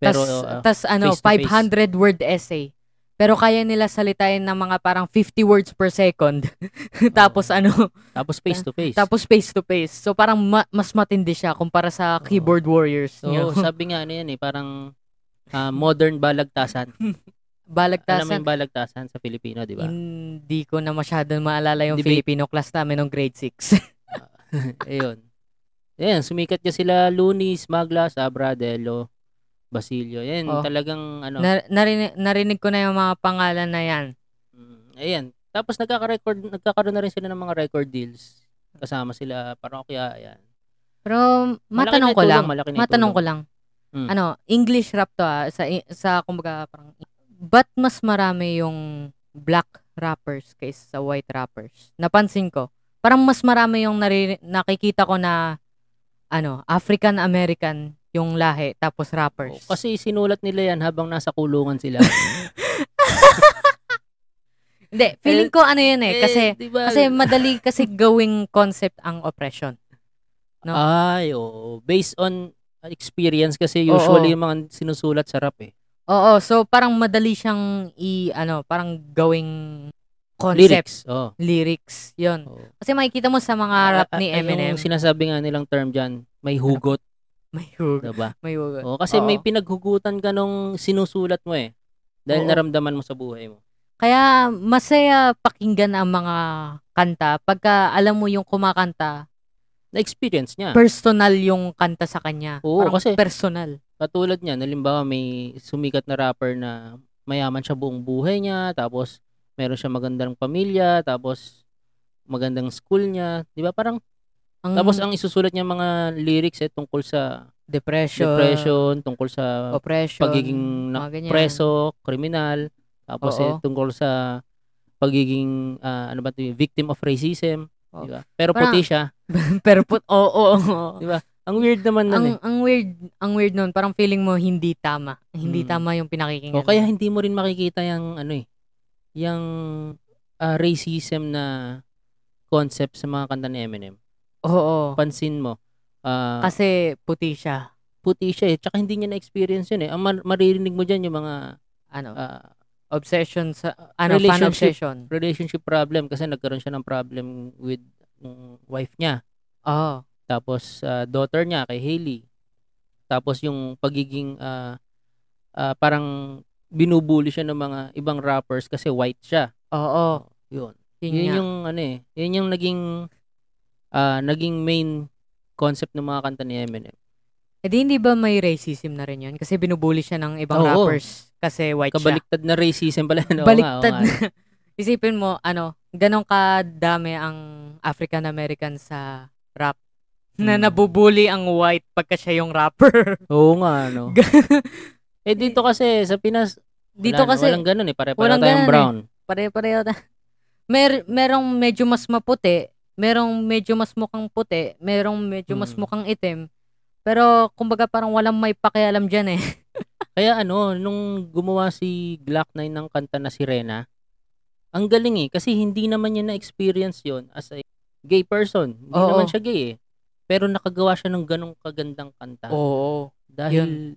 Speaker 1: Pero, ah,
Speaker 2: Pero,
Speaker 1: oo,
Speaker 2: tas ano,
Speaker 1: face to face.
Speaker 2: 500 word essay. Pero kaya nila salitain ng mga parang 50 words per second. <laughs>
Speaker 1: Oo.
Speaker 2: tapos ano,
Speaker 1: tapos face to Oh. face.
Speaker 2: tapos face to face. So parang ma- mas matindi siya kumpara sa
Speaker 1: Oo.
Speaker 2: keyboard warriors
Speaker 1: Oo,
Speaker 2: <laughs> nyo.
Speaker 1: sabi nga ano yan eh, parang ah, modern balagtasan. Alam mo
Speaker 2: Balagtasan.
Speaker 1: yung diba? balagtasan sa Filipino, di ba?
Speaker 2: Hindi ko na masyadong maalala yung
Speaker 1: Debate.
Speaker 2: Filipino class namin nung grade 6.
Speaker 1: <laughs> Ayun. Ayan, sumikat niya sila Lunis, Maglas, Abradello, Basilio. Ayan,
Speaker 2: Oh.
Speaker 1: talagang ano.
Speaker 2: <laughs> Na- narinig, narinig ko na yung mga pangalan na yan.
Speaker 1: mm, ayan. Tapos nagkaka-record, nagkakaroon na rin sila ng mga record deals. Kasama sila Parokya, ayan.
Speaker 2: Pero
Speaker 1: Malaki na
Speaker 2: matanong ko
Speaker 1: tulong,
Speaker 2: lang,
Speaker 1: malaki na
Speaker 2: matanong ko
Speaker 1: tulong.
Speaker 2: lang.
Speaker 1: Mm.
Speaker 2: Ano, English rap to ah, sa sa kumbaga parang but mas marami yung black rappers kaysa sa white rappers. Napansin ko. Parang mas marami yung nari- nakikita ko na ano, African American yung lahi tapos rappers.
Speaker 1: Oh, kasi sinulat nila yan habang nasa kulungan sila.
Speaker 2: Hindi, feeling ko ano yun <laughs> eh kasi
Speaker 1: Eh, di ba?
Speaker 2: kasi madali kasi gawing concept ang oppression. no?
Speaker 1: Ay, oo. Based on experience kasi usually
Speaker 2: Oo.
Speaker 1: yung mga sinusulat sa rap eh.
Speaker 2: Oo, so parang madali siyang i ano, parang gawing concept
Speaker 1: Lyrics. Oo.
Speaker 2: lyrics, yon.
Speaker 1: oo.
Speaker 2: Kasi makikita mo sa mga rap
Speaker 1: Ah, ah,
Speaker 2: ni
Speaker 1: ah,
Speaker 2: Eminem,
Speaker 1: Yung sinasabi nga nilang term dyan, may hugot,
Speaker 2: may hug,
Speaker 1: diba?
Speaker 2: may hug.
Speaker 1: Oo, kasi may
Speaker 2: Oo.
Speaker 1: pinaghugutan ka nung sinusulat mo eh. Dahil
Speaker 2: Oo.
Speaker 1: naramdaman mo sa buhay mo.
Speaker 2: Kaya masaya pakinggan ang mga kanta pagka alam mo yung kumakanta,
Speaker 1: Na-experience niya.
Speaker 2: personal yung kanta sa
Speaker 1: Ah.
Speaker 2: kanya.
Speaker 1: Oo,
Speaker 2: Parang
Speaker 1: kasi-
Speaker 2: personal.
Speaker 1: Katulad niya, nalimbawa may sumikat na rapper na mayaman siya buong buhay niya, tapos meron siya magandang pamilya, tapos magandang school niya, 'di ba? Parang
Speaker 2: Ang
Speaker 1: tapos ang isusulat niya mga lyrics eh tungkol sa
Speaker 2: depression, ah,
Speaker 1: depression, tungkol sa
Speaker 2: oppression,
Speaker 1: pagiging na-
Speaker 2: mga ganyan.
Speaker 1: preso, kriminal, tapos eh,
Speaker 2: Oo.
Speaker 1: tungkol sa pagiging ah, ano ba 'to, victim of racism,
Speaker 2: Oo.
Speaker 1: 'di ba? Pero
Speaker 2: Parang-
Speaker 1: puti siya.
Speaker 2: <laughs> Pero put oo. oo, oo.
Speaker 1: Diba? Ang weird naman nun eh.
Speaker 2: ang ang weird, ang weird noon, parang feeling mo hindi tama. Hindi
Speaker 1: Mm.
Speaker 2: tama yung pinakikinggan.
Speaker 1: O kaya
Speaker 2: mo.
Speaker 1: hindi mo rin makikita yung ano eh, yung ah, racism na concept sa mga kanta ni Eminem.
Speaker 2: oo.
Speaker 1: Pansin mo, ah,
Speaker 2: Kasi puti siya.
Speaker 1: puti siya eh, tsaka hindi niya na-experience yun eh. Ang mar- maririnig mo dyan yung mga
Speaker 2: Ano?
Speaker 1: ah,
Speaker 2: obsession sa ano fan
Speaker 1: relationship.
Speaker 2: obsession.
Speaker 1: relationship problem kasi nagkaroon siya ng problem with yung wife niya.
Speaker 2: Oo.
Speaker 1: Tapos ah, daughter niya kay Hailey. Tapos yung pagiging ah, ah, parang binubuli siya ng mga ibang rappers kasi white siya.
Speaker 2: Oo.
Speaker 1: Yun.
Speaker 2: Yun,
Speaker 1: Yun
Speaker 2: nga.
Speaker 1: yung ano eh, yun yung naging ah, naging main concept ng mga kanta ni Eminem.
Speaker 2: Eh di hindi ba may racism na rin yun? Kasi binubuli siya ng ibang
Speaker 1: Oo.
Speaker 2: rappers kasi white
Speaker 1: Kabaliktad na racism pala.
Speaker 2: siya.
Speaker 1: No?
Speaker 2: Baliktad na. <laughs> Isipin mo, ano, ganong kadami ang African-American sa rap na
Speaker 1: Hmm.
Speaker 2: nabubuli ang white pagka siya yung
Speaker 1: <laughs>
Speaker 2: rapper.
Speaker 1: Oo nga,
Speaker 2: <laughs>
Speaker 1: no. eh dito kasi sa Pinas,
Speaker 2: Dito
Speaker 1: wala,
Speaker 2: kasi
Speaker 1: walang ganun eh. Pare-pareho
Speaker 2: walang
Speaker 1: tayong
Speaker 2: ganun eh.
Speaker 1: brown.
Speaker 2: pare-pareho na. Mer merong medyo mas maputi, merong medyo mas mukhang puti, merong medyo mas
Speaker 1: Hmm.
Speaker 2: mukhang itim. Pero kumbaga parang walang may pakialam diyan eh.
Speaker 1: Kaya ano, nung gumawa si Glock 9 ng kanta na Sirena, ang galing eh. Kasi hindi naman niya na-experience yon as a gay person. Hindi
Speaker 2: Oo.
Speaker 1: naman siya gay eh. Pero nakagawa siya ng ganong kagandang kanta.
Speaker 2: Oo.
Speaker 1: Dahil,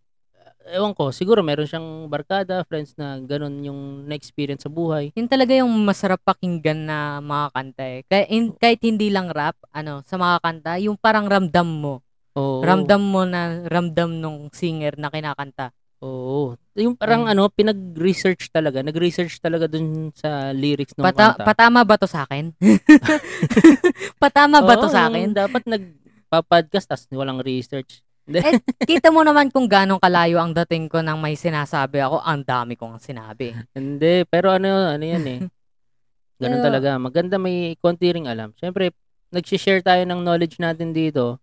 Speaker 1: eh, ewan ko, siguro meron siyang barkada, friends na ganun yung na-experience sa buhay.
Speaker 2: Yun talaga yung masarap pakinggan na mga kanta eh. Kaya,
Speaker 1: Oh.
Speaker 2: in- kahit hindi lang rap, ano, sa mga kanta, yung parang ramdam mo.
Speaker 1: Oo.
Speaker 2: Ramdam mo na ramdam nung singer na kinakanta.
Speaker 1: Oo. Yung parang
Speaker 2: Mm.
Speaker 1: ano, pinag-research talaga. Nag-research talaga dun sa lyrics ng
Speaker 2: Pata-
Speaker 1: kanta.
Speaker 2: patama ba to
Speaker 1: <laughs>
Speaker 2: sa akin? <laughs> patama ba to
Speaker 1: Oo,
Speaker 2: sa
Speaker 1: yung
Speaker 2: akin?
Speaker 1: Dapat nagpa-podcast tas walang research.
Speaker 2: Kita mo naman kung gaano kalayo ang dating ko nang may sinasabi ako. Ang dami kong sinabi. <laughs>
Speaker 1: Hindi, pero ano, ano yan eh. Ganun
Speaker 2: Pero-
Speaker 1: talaga. Maganda may konti ring alam. Siyempre, nag-share tayo ng knowledge natin dito,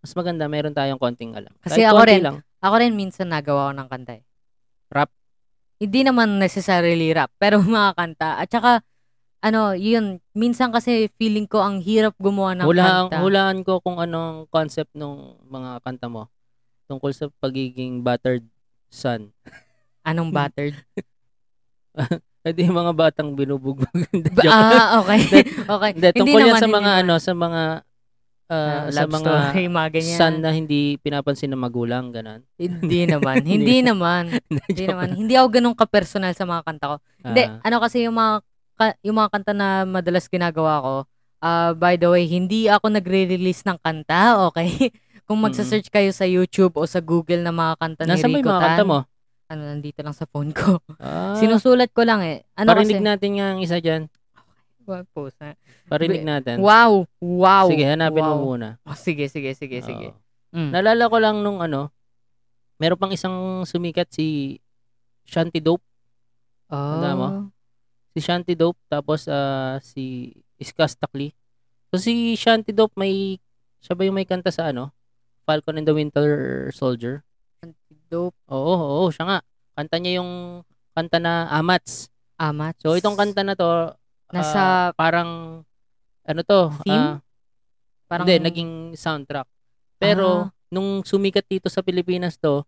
Speaker 1: mas maganda meron tayong konting alam.
Speaker 2: Kasi
Speaker 1: Kahit
Speaker 2: ako
Speaker 1: konti
Speaker 2: rin. Ako rin minsan nagawa ko ng kanta eh.
Speaker 1: Rap?
Speaker 2: Hindi naman necessarily rap, pero <laughs> mga kanta. At saka, ano, yun, minsan kasi feeling ko ang hirap gumawa ng
Speaker 1: Hulaan,
Speaker 2: kanta.
Speaker 1: hulaan ko kung anong concept ng mga kanta mo tungkol sa pagiging battered son. <laughs>
Speaker 2: Anong battered?
Speaker 1: Hindi yung mga batang binubugbog. <laughs> Hindi, <laughs>
Speaker 2: Ba-
Speaker 1: joke.
Speaker 2: ah, okay. <laughs> okay.
Speaker 1: Hindi, tungkol yan
Speaker 2: naman,
Speaker 1: sa
Speaker 2: hindi
Speaker 1: mga
Speaker 2: naman.
Speaker 1: ano, sa mga ah,
Speaker 2: Ah,
Speaker 1: sa
Speaker 2: love
Speaker 1: mga
Speaker 2: story, <laughs> mga ganyan.
Speaker 1: son na hindi pinapansin ng magulang, ganun.
Speaker 2: Hindi
Speaker 1: <laughs>
Speaker 2: naman. Hindi naman. Hindi
Speaker 1: joke
Speaker 2: naman. Hindi ako ganun ka-personal sa mga kanta ko. Hindi,
Speaker 1: Ah,
Speaker 2: ano kasi yung mga ka- yung mga kanta na madalas ginagawa ko, ah, by the way, hindi ako nagre-release ng kanta, <laughs> okay? Kung magsa-search kayo sa YouTube o sa Google na mga kanta ni
Speaker 1: Nasaan ba
Speaker 2: Rico
Speaker 1: yung mga
Speaker 2: Tan,
Speaker 1: kanta mo?
Speaker 2: ano, nandito lang sa phone ko.
Speaker 1: Ah,
Speaker 2: Sinusulat ko lang eh. Ano
Speaker 1: parinig
Speaker 2: kasi?
Speaker 1: natin nga ang isa dyan.
Speaker 2: Wag po, sa-
Speaker 1: Parinig natin.
Speaker 2: Wow! Wow!
Speaker 1: Sige, hanapin
Speaker 2: wow.
Speaker 1: mo muna.
Speaker 2: Oh, <laughs> sige, sige, sige, sige.
Speaker 1: Oo.
Speaker 2: Mm.
Speaker 1: Naalala ko lang nung ano, meron pang isang sumikat si Shanty Dope. Tanda mo?
Speaker 2: Oh.
Speaker 1: Si Shanty Dope, tapos ah, si Iskastakli. So si Shanty Dope, may, siya ba yung may kanta sa ano? Falcon and the Winter Soldier?
Speaker 2: Dope.
Speaker 1: Oo, oo, siya nga. Kanta niya yung kanta na Amats.
Speaker 2: Amats.
Speaker 1: So itong kanta na to, ah,
Speaker 2: Nasa-
Speaker 1: parang ano to?
Speaker 2: Theme?
Speaker 1: ah, Hindi, naging soundtrack. Pero,
Speaker 2: Ah.
Speaker 1: nung sumikat dito sa Pilipinas to,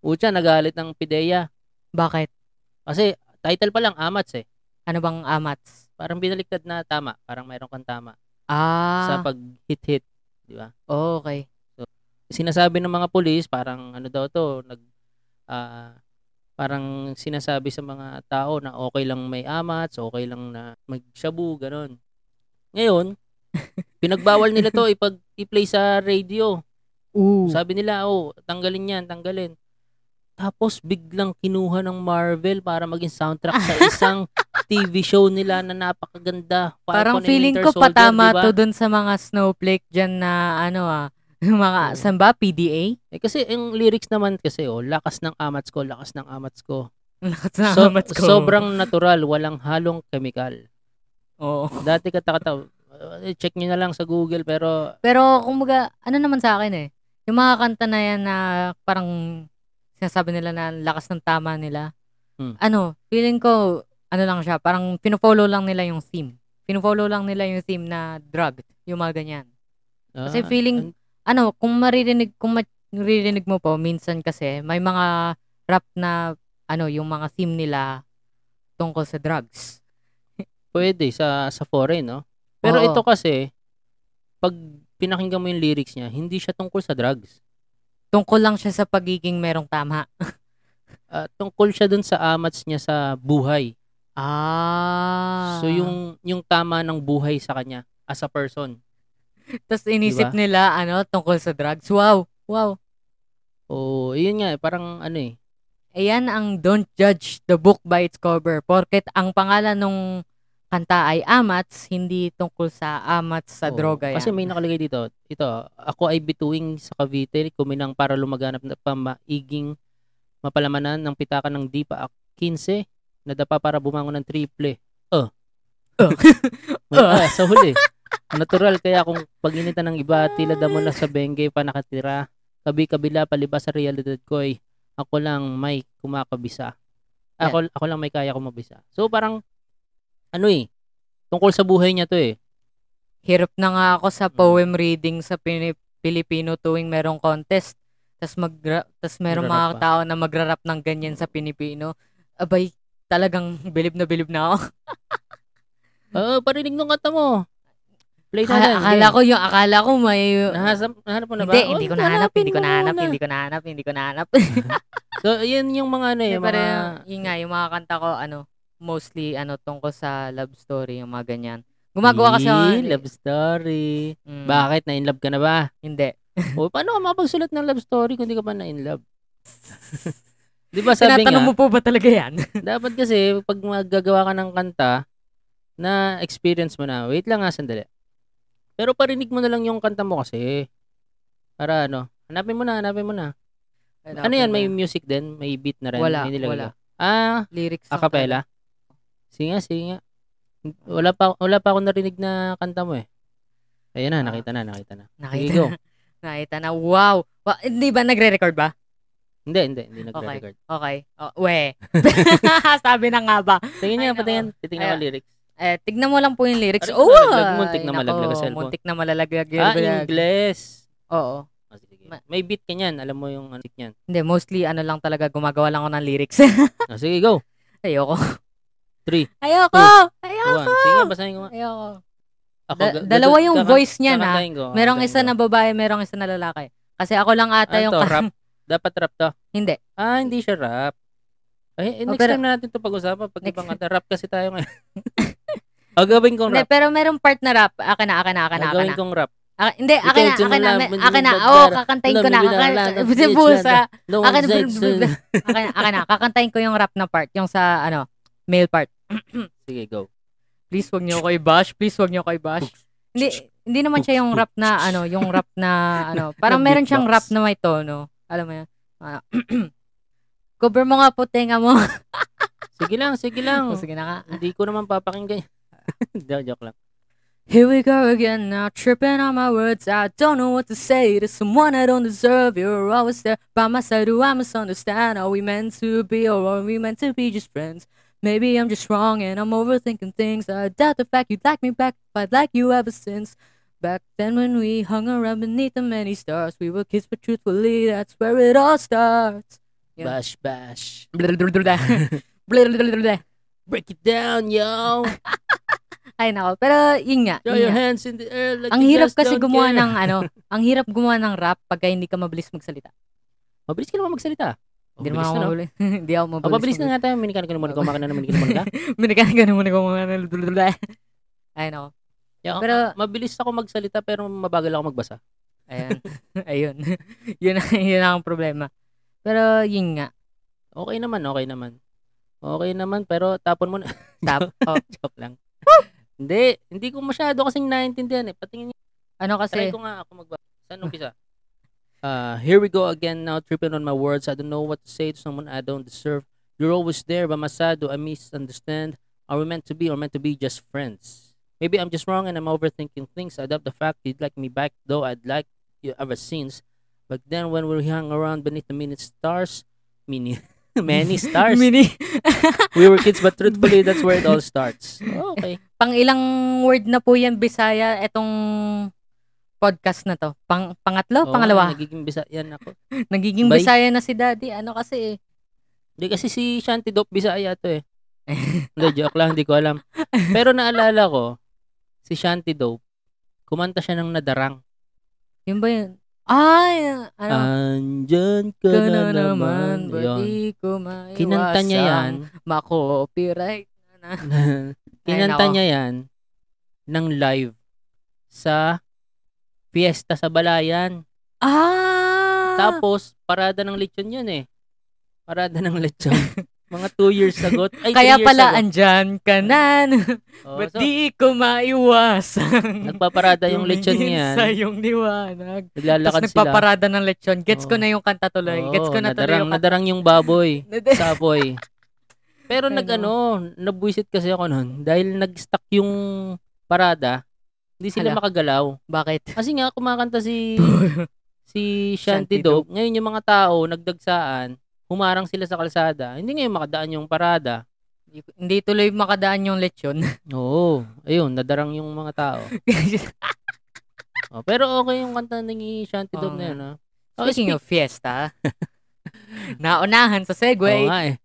Speaker 1: Ucha, nagalit ng Pidea.
Speaker 2: Bakit?
Speaker 1: Kasi, title pa lang, Amats eh.
Speaker 2: Ano bang amats?
Speaker 1: Parang binaliktad na tama. Parang mayroon kang tama sa
Speaker 2: Ah,
Speaker 1: pag-hit-hit.
Speaker 2: oh, okay.
Speaker 1: Sinasabi ng mga polis, parang ano daw to, nag, ah, parang sinasabi sa mga tao na okay lang may amats, okay lang na magshabu, ganon.
Speaker 2: <laughs>
Speaker 1: Ngayon, pinagbawal nila to ipag i-play sa radio.
Speaker 2: Ooh.
Speaker 1: Sabi nila, oh, tanggalin yan, tanggalin. Tapos biglang kinuha ng Marvel para maging soundtrack
Speaker 2: <laughs>
Speaker 1: sa isang TV show nila na napakaganda. Falcon
Speaker 2: Parang
Speaker 1: and
Speaker 2: feeling
Speaker 1: Winter
Speaker 2: ko
Speaker 1: Soldier,
Speaker 2: patama
Speaker 1: diba?
Speaker 2: to dun sa mga snowflake dyan na ano ah, <laughs>
Speaker 1: Oo.
Speaker 2: mga, saan ba? <laughs> PDA?
Speaker 1: Eh, kasi yung lyrics naman kasi, oh, lakas ng amats ko, lakas ng amats ko.
Speaker 2: Lakas na
Speaker 1: So-
Speaker 2: amats ko.
Speaker 1: Sobrang natural, walang halong kemikal.
Speaker 2: Oo.
Speaker 1: Dati katakata, eh, check nyo na lang sa Google, pero
Speaker 2: Pero kumbaga, ano naman sa akin eh, yung mga kanta na yan na parang sinasabi nila na ang lakas ng tama nila.
Speaker 1: Hmm.
Speaker 2: Ano, feeling ko, ano lang siya, parang pinofollow lang nila yung theme. Pinofollow lang nila yung theme na drugged, yung mga ganyan.
Speaker 1: ah,
Speaker 2: Kasi feeling- ano, kung maririnig, kung maririnig mo po, minsan kasi, may mga rap na, ano, yung mga theme nila tungkol sa drugs.
Speaker 1: pwede sa, sa foreign, no? Pero
Speaker 2: Oo.
Speaker 1: ito kasi, pag pinakinggan mo yung lyrics niya, hindi siya tungkol sa drugs.
Speaker 2: Tungkol lang siya sa pagiging merong tama.
Speaker 1: Ah, tungkol siya dun sa amats niya sa buhay.
Speaker 2: Ah.
Speaker 1: So yung yung tama ng buhay sa kanya as a person.
Speaker 2: Tapos inisip
Speaker 1: Diba?
Speaker 2: nila, ano, tungkol sa drugs. Wow. Wow.
Speaker 1: O yun nga eh, parang ano eh.
Speaker 2: Ayan ang Don't Judge the Book by its Cover. Porket ang pangalan nung kanta ay Amats, hindi tungkol sa Amats
Speaker 1: oo.
Speaker 2: sa droga yan.
Speaker 1: Kasi may nakalagay dito, ito, ako ay bituing sa Cavite, kuminang para lumaganap na pamaiging mapalamanan ng pitakan ng di pa ak- 15 nadapa para bumangon ng triple. Uh. <laughs>
Speaker 2: Uh.
Speaker 1: May
Speaker 2: Uh.
Speaker 1: ah sa huli. Natural kaya kung paginitan ng iba, tila damo na sa bengge pa nakatira. Kabi-kabila palibas sa realidad ko ay ako lang may kumakabisa. Ako, ako lang may kaya kumabisa. So parang, ano eh, tungkol sa buhay niya to eh.
Speaker 2: Hirap na nga ako
Speaker 1: Mm.
Speaker 2: sa poem reading sa Pini- Pilipino tuwing merong contest. Tapos mag tas merong mga
Speaker 1: Magrarap pa.
Speaker 2: tao na magrarap ng ganyan sa Pilipino. Abay, talagang bilib na bilib na ako.
Speaker 1: Oo, parinig nung kanta mo. Play na
Speaker 2: Akala, akala ko yung akala ko may
Speaker 1: Nahasap, nahanap mo na ba?
Speaker 2: hindi,
Speaker 1: Oh,
Speaker 2: hindi ko nahanap, hindi
Speaker 1: hanapin
Speaker 2: ko
Speaker 1: mo
Speaker 2: nahanap,
Speaker 1: muna.
Speaker 2: hindi ko nahanap, hindi ko nahanap.
Speaker 1: So, yun yung mga
Speaker 2: <laughs>
Speaker 1: ano eh,
Speaker 2: Yung
Speaker 1: mga...
Speaker 2: yun nga, yung mga kanta ko, ano, mostly, ano, tungkol sa love story, yung mga ganyan. Gumagawa kasi ako,
Speaker 1: Ih, love story.
Speaker 2: Mm,
Speaker 1: Bakit? Na-inlove ka na ba?
Speaker 2: Hindi.
Speaker 1: o, paano ka makapagsulat ng love story kung di ka pa
Speaker 2: <laughs>
Speaker 1: na-inlove? di ba sabi
Speaker 2: Tinatanong
Speaker 1: nga,
Speaker 2: mo po ba talaga yan?
Speaker 1: dapat kasi pag magagawa ka ng kanta, na experience mo na, wait lang nga sandali. Pero parinig mo na lang yung kanta mo kasi. Para ano, hanapin mo na, hanapin mo na. Ano yan, may music din? May beat na rin?
Speaker 2: Wala,
Speaker 1: may nilagay
Speaker 2: wala.
Speaker 1: ka? Ah,
Speaker 2: lyrics. lang
Speaker 1: acapella? Sige nga, sige nga. Wala pa, wala pa ako narinig na kanta mo eh. Ayan na,
Speaker 2: Ah.
Speaker 1: nakita na, nakita na. Sige,
Speaker 2: Nakita
Speaker 1: go.
Speaker 2: na. <laughs> Nakita na. Wow. Wa- Hindi ba nagre-record ba?
Speaker 1: Hindi, hindi, hindi nagre-record.
Speaker 2: Okay. Oh, we. <laughs> Sabi na nga ba?
Speaker 1: Tingin niya,
Speaker 2: Ay, nako.
Speaker 1: patingin. Titingnan
Speaker 2: Ay,
Speaker 1: ko lyrics.
Speaker 2: Eh, tignan mo lang po yung lyrics.
Speaker 1: Aray,
Speaker 2: Oh,
Speaker 1: malaglag. Muntik na
Speaker 2: ay,
Speaker 1: malaglag
Speaker 2: nako,
Speaker 1: ang cellphone.
Speaker 2: Muntik na malalaglag yung
Speaker 1: Ah,
Speaker 2: bilag.
Speaker 1: English.
Speaker 2: Oo.
Speaker 1: Ah, sige.
Speaker 2: Ma-
Speaker 1: May beat ka niyan. Alam mo yung ano niyan.
Speaker 2: Hindi, mostly ano lang talaga, gumagawa lang ako ng lyrics. <laughs>
Speaker 1: Ah, sige, go.
Speaker 2: Ayoko.
Speaker 1: Three,
Speaker 2: Ayoko! Ayoko!
Speaker 1: One. Sige, basahin ko. nga.
Speaker 2: Ayoko.
Speaker 1: Ako,
Speaker 2: Da-
Speaker 1: ga-
Speaker 2: dalawa
Speaker 1: gaga-
Speaker 2: yung
Speaker 1: kakan-
Speaker 2: voice niya na.
Speaker 1: kakantahin ko, Ah,
Speaker 2: Merong
Speaker 1: kakantahin
Speaker 2: isa
Speaker 1: ko.
Speaker 2: na babae, merong isa na lalaki. Kasi ako lang ata
Speaker 1: Ah,
Speaker 2: yung...
Speaker 1: to,
Speaker 2: ka-
Speaker 1: rap. Dapat rap to.
Speaker 2: <laughs> Hindi.
Speaker 1: Ah, hindi siya rap. Eh, eh,
Speaker 2: Oh,
Speaker 1: next
Speaker 2: pero-
Speaker 1: time na natin to pag-usapan. Pag
Speaker 2: Next-
Speaker 1: ibang
Speaker 2: <laughs>
Speaker 1: kanta, rap kasi tayo ngayon. <laughs> o, gawin kong
Speaker 2: Hindi,
Speaker 1: rap.
Speaker 2: pero merong part na rap. Akin na, akin na, akin na,
Speaker 1: O,
Speaker 2: akin
Speaker 1: gawin
Speaker 2: na.
Speaker 1: kong rap.
Speaker 2: Akin- Ah, Hindi, akin na,
Speaker 1: Ikaw,
Speaker 2: akin na,
Speaker 1: simula,
Speaker 2: akin na.
Speaker 1: magdadara.
Speaker 2: Oo, kakantahin ko
Speaker 1: Alam,
Speaker 2: na.
Speaker 1: bibigyan
Speaker 2: kakan-
Speaker 1: lang
Speaker 2: <laughs>
Speaker 1: ng
Speaker 2: Sa
Speaker 1: speech
Speaker 2: bulsa.
Speaker 1: No one
Speaker 2: Akin na, <laughs>
Speaker 1: says,
Speaker 2: blub- Akin na, akin na. Kakantahin ko yung rap na part. Yung sa, ano, male part. <clears throat>
Speaker 1: Sige, go.
Speaker 2: Please wag niyo ako i-bash. Please wag niyo ako i-bash. Hindi hindi naman siya yung rap na ano, yung rap
Speaker 1: <laughs>
Speaker 2: na ano, parang meron siyang rap
Speaker 1: beatbox.
Speaker 2: na may tono. Alam mo 'yan. Ah, <clears throat> Cover mo nga po tenga mo.
Speaker 1: Sige lang,
Speaker 2: <laughs>
Speaker 1: sige lang.
Speaker 2: O, Oh, sige na nga.
Speaker 1: Hindi ko naman papakinggan. <laughs> Hindi, joke lang.
Speaker 2: Here we go again now, tripping on my words. I don't know what to say to someone I don't deserve. You're always there by my side. Do I misunderstand? Are we meant to be or are we meant to be just friends? Maybe I'm just wrong and I'm overthinking things. I doubt the fact you'd like me back if I'd like you ever since. Back then when we hung around beneath the many stars, we were kids, but truthfully, that's where it all starts. Yeah.
Speaker 1: Bash, bash.
Speaker 2: <laughs> Ay,
Speaker 1: Break it down,
Speaker 2: <laughs>
Speaker 1: yo.
Speaker 2: nako. Pero yun nga.
Speaker 1: Throw
Speaker 2: yun
Speaker 1: your
Speaker 2: nga.
Speaker 1: hands in the air like
Speaker 2: Ang
Speaker 1: you
Speaker 2: hirap
Speaker 1: just
Speaker 2: kasi
Speaker 1: don't
Speaker 2: gumawa
Speaker 1: care.
Speaker 2: ng ano, ang hirap gumawa ng rap pagka hindi ka mabilis magsalita.
Speaker 1: Mabilis Oh, ka naman magsalita. Oh,
Speaker 2: Hindi naman ako
Speaker 1: na, no?
Speaker 2: mabilis. <laughs> Hindi ako mabilis.
Speaker 1: O, mabilis Oh, na nga tayo. Minikan ko naman. Kumakan na naman. Minikan
Speaker 2: <laughs>
Speaker 1: naman ka.
Speaker 2: Binikan ka naman ako mga nalululula. Ay, nako.
Speaker 1: Yeah,
Speaker 2: Pero,
Speaker 1: mabilis ako magsalita pero mabagal ako magbasa.
Speaker 2: ayun.
Speaker 1: <laughs>
Speaker 2: ayun. <laughs> yun, ang- yun ang problema. Pero, yun nga.
Speaker 1: Okay naman, okay naman. Okay naman, pero tapon mo na. <laughs>
Speaker 2: Tap. Oh,
Speaker 1: Joke lang. hindi, hindi ko masyado kasing naiintindihan eh. Patingin niya.
Speaker 2: ano
Speaker 1: Try
Speaker 2: kasi,
Speaker 1: ko nga ako magbasa. Saan umpisa? Uh, here we go again now, tripping on my words. I don't know what to say to someone I don't deserve. You're always there, but masado, I misunderstand. Are we meant to be or meant to be just friends? Maybe I'm just wrong and I'm overthinking things. I doubt the fact you'd like me back, though I'd like you ever since. But then when we hung around beneath the many stars, mini, many <laughs> stars.
Speaker 2: mini.
Speaker 1: We were kids, but truthfully, that's where it all <laughs> starts. Okay.
Speaker 2: <laughs> Pang ilang word na po yan, Bisaya, etong podcast na to. Pang, pangatlo,
Speaker 1: Oo,
Speaker 2: pangalawa.
Speaker 1: Nagiging bisa. Yan ako.
Speaker 2: Nagiging
Speaker 1: Bay.
Speaker 2: Bisaya na si Daddy. Ano kasi eh.
Speaker 1: Hindi kasi si Shanti Dope Bisaya to eh. Hindi, joke lang. Hindi ko alam.
Speaker 2: eh.
Speaker 1: Pero naalala ko, si Shanti Dope, kumanta siya ng nadarang.
Speaker 2: <laughs> Yun ba yun? Ay, ano?
Speaker 1: Andyan ka
Speaker 2: Ikaw
Speaker 1: na
Speaker 2: na naman,
Speaker 1: naman.
Speaker 2: ba't
Speaker 1: Yun.
Speaker 2: di ko maiwasang
Speaker 1: Kinanta niya
Speaker 2: <laughs>
Speaker 1: yan.
Speaker 2: Mako-copyright.
Speaker 1: kinanta
Speaker 2: nako.
Speaker 1: niya yan ng live sa fiesta sa Balayan.
Speaker 2: Ah!
Speaker 1: Tapos, parada ng lechon yun eh. Parada ng
Speaker 2: <laughs>
Speaker 1: lechon. Mga two years ago. Ay, three
Speaker 2: Kaya
Speaker 1: years
Speaker 2: pala,
Speaker 1: ago.
Speaker 2: andyan ka na. <laughs>
Speaker 1: Oo,
Speaker 2: Ba't
Speaker 1: so,
Speaker 2: di ko maiwasan.
Speaker 1: nagpaparada yung lechon
Speaker 2: <laughs>
Speaker 1: niya.
Speaker 2: sa iyong liwanag.
Speaker 1: Naglalakad
Speaker 2: Tapos
Speaker 1: sila.
Speaker 2: nagpaparada ng lechon. Gets ko
Speaker 1: Oo.
Speaker 2: na yung kanta tuloy. Gets ko
Speaker 1: Oo,
Speaker 2: na
Speaker 1: Oh,
Speaker 2: tuloy
Speaker 1: nadarang,
Speaker 2: yung kanta.
Speaker 1: nadarang yung baboy.
Speaker 2: Nade- <laughs>
Speaker 1: sa apoy. Pero
Speaker 2: Ay,
Speaker 1: nag
Speaker 2: no.
Speaker 1: ano, nabwisit kasi ako nun. Dahil nag-stuck yung parada, hindi sila
Speaker 2: Hala.
Speaker 1: makagalaw.
Speaker 2: Bakit? <laughs>
Speaker 1: Kasi nga, kumakanta si si Shanty
Speaker 2: Shanty
Speaker 1: Dope. Ngayon yung mga tao, nagdagsaan, humarang sila sa kalsada. Hindi ngayon makadaan yung parada.
Speaker 2: Hindi tuloy makadaan yung lechon. <laughs>
Speaker 1: Oo. Ayun, nadarang yung mga tao. Oh, pero okay yung kanta ni Shanty
Speaker 2: Oo
Speaker 1: Dog na
Speaker 2: nga.
Speaker 1: yun, ha? Oh,
Speaker 2: Speaking of fiesta, <laughs> naunahan sa segue.
Speaker 1: Oo nga eh.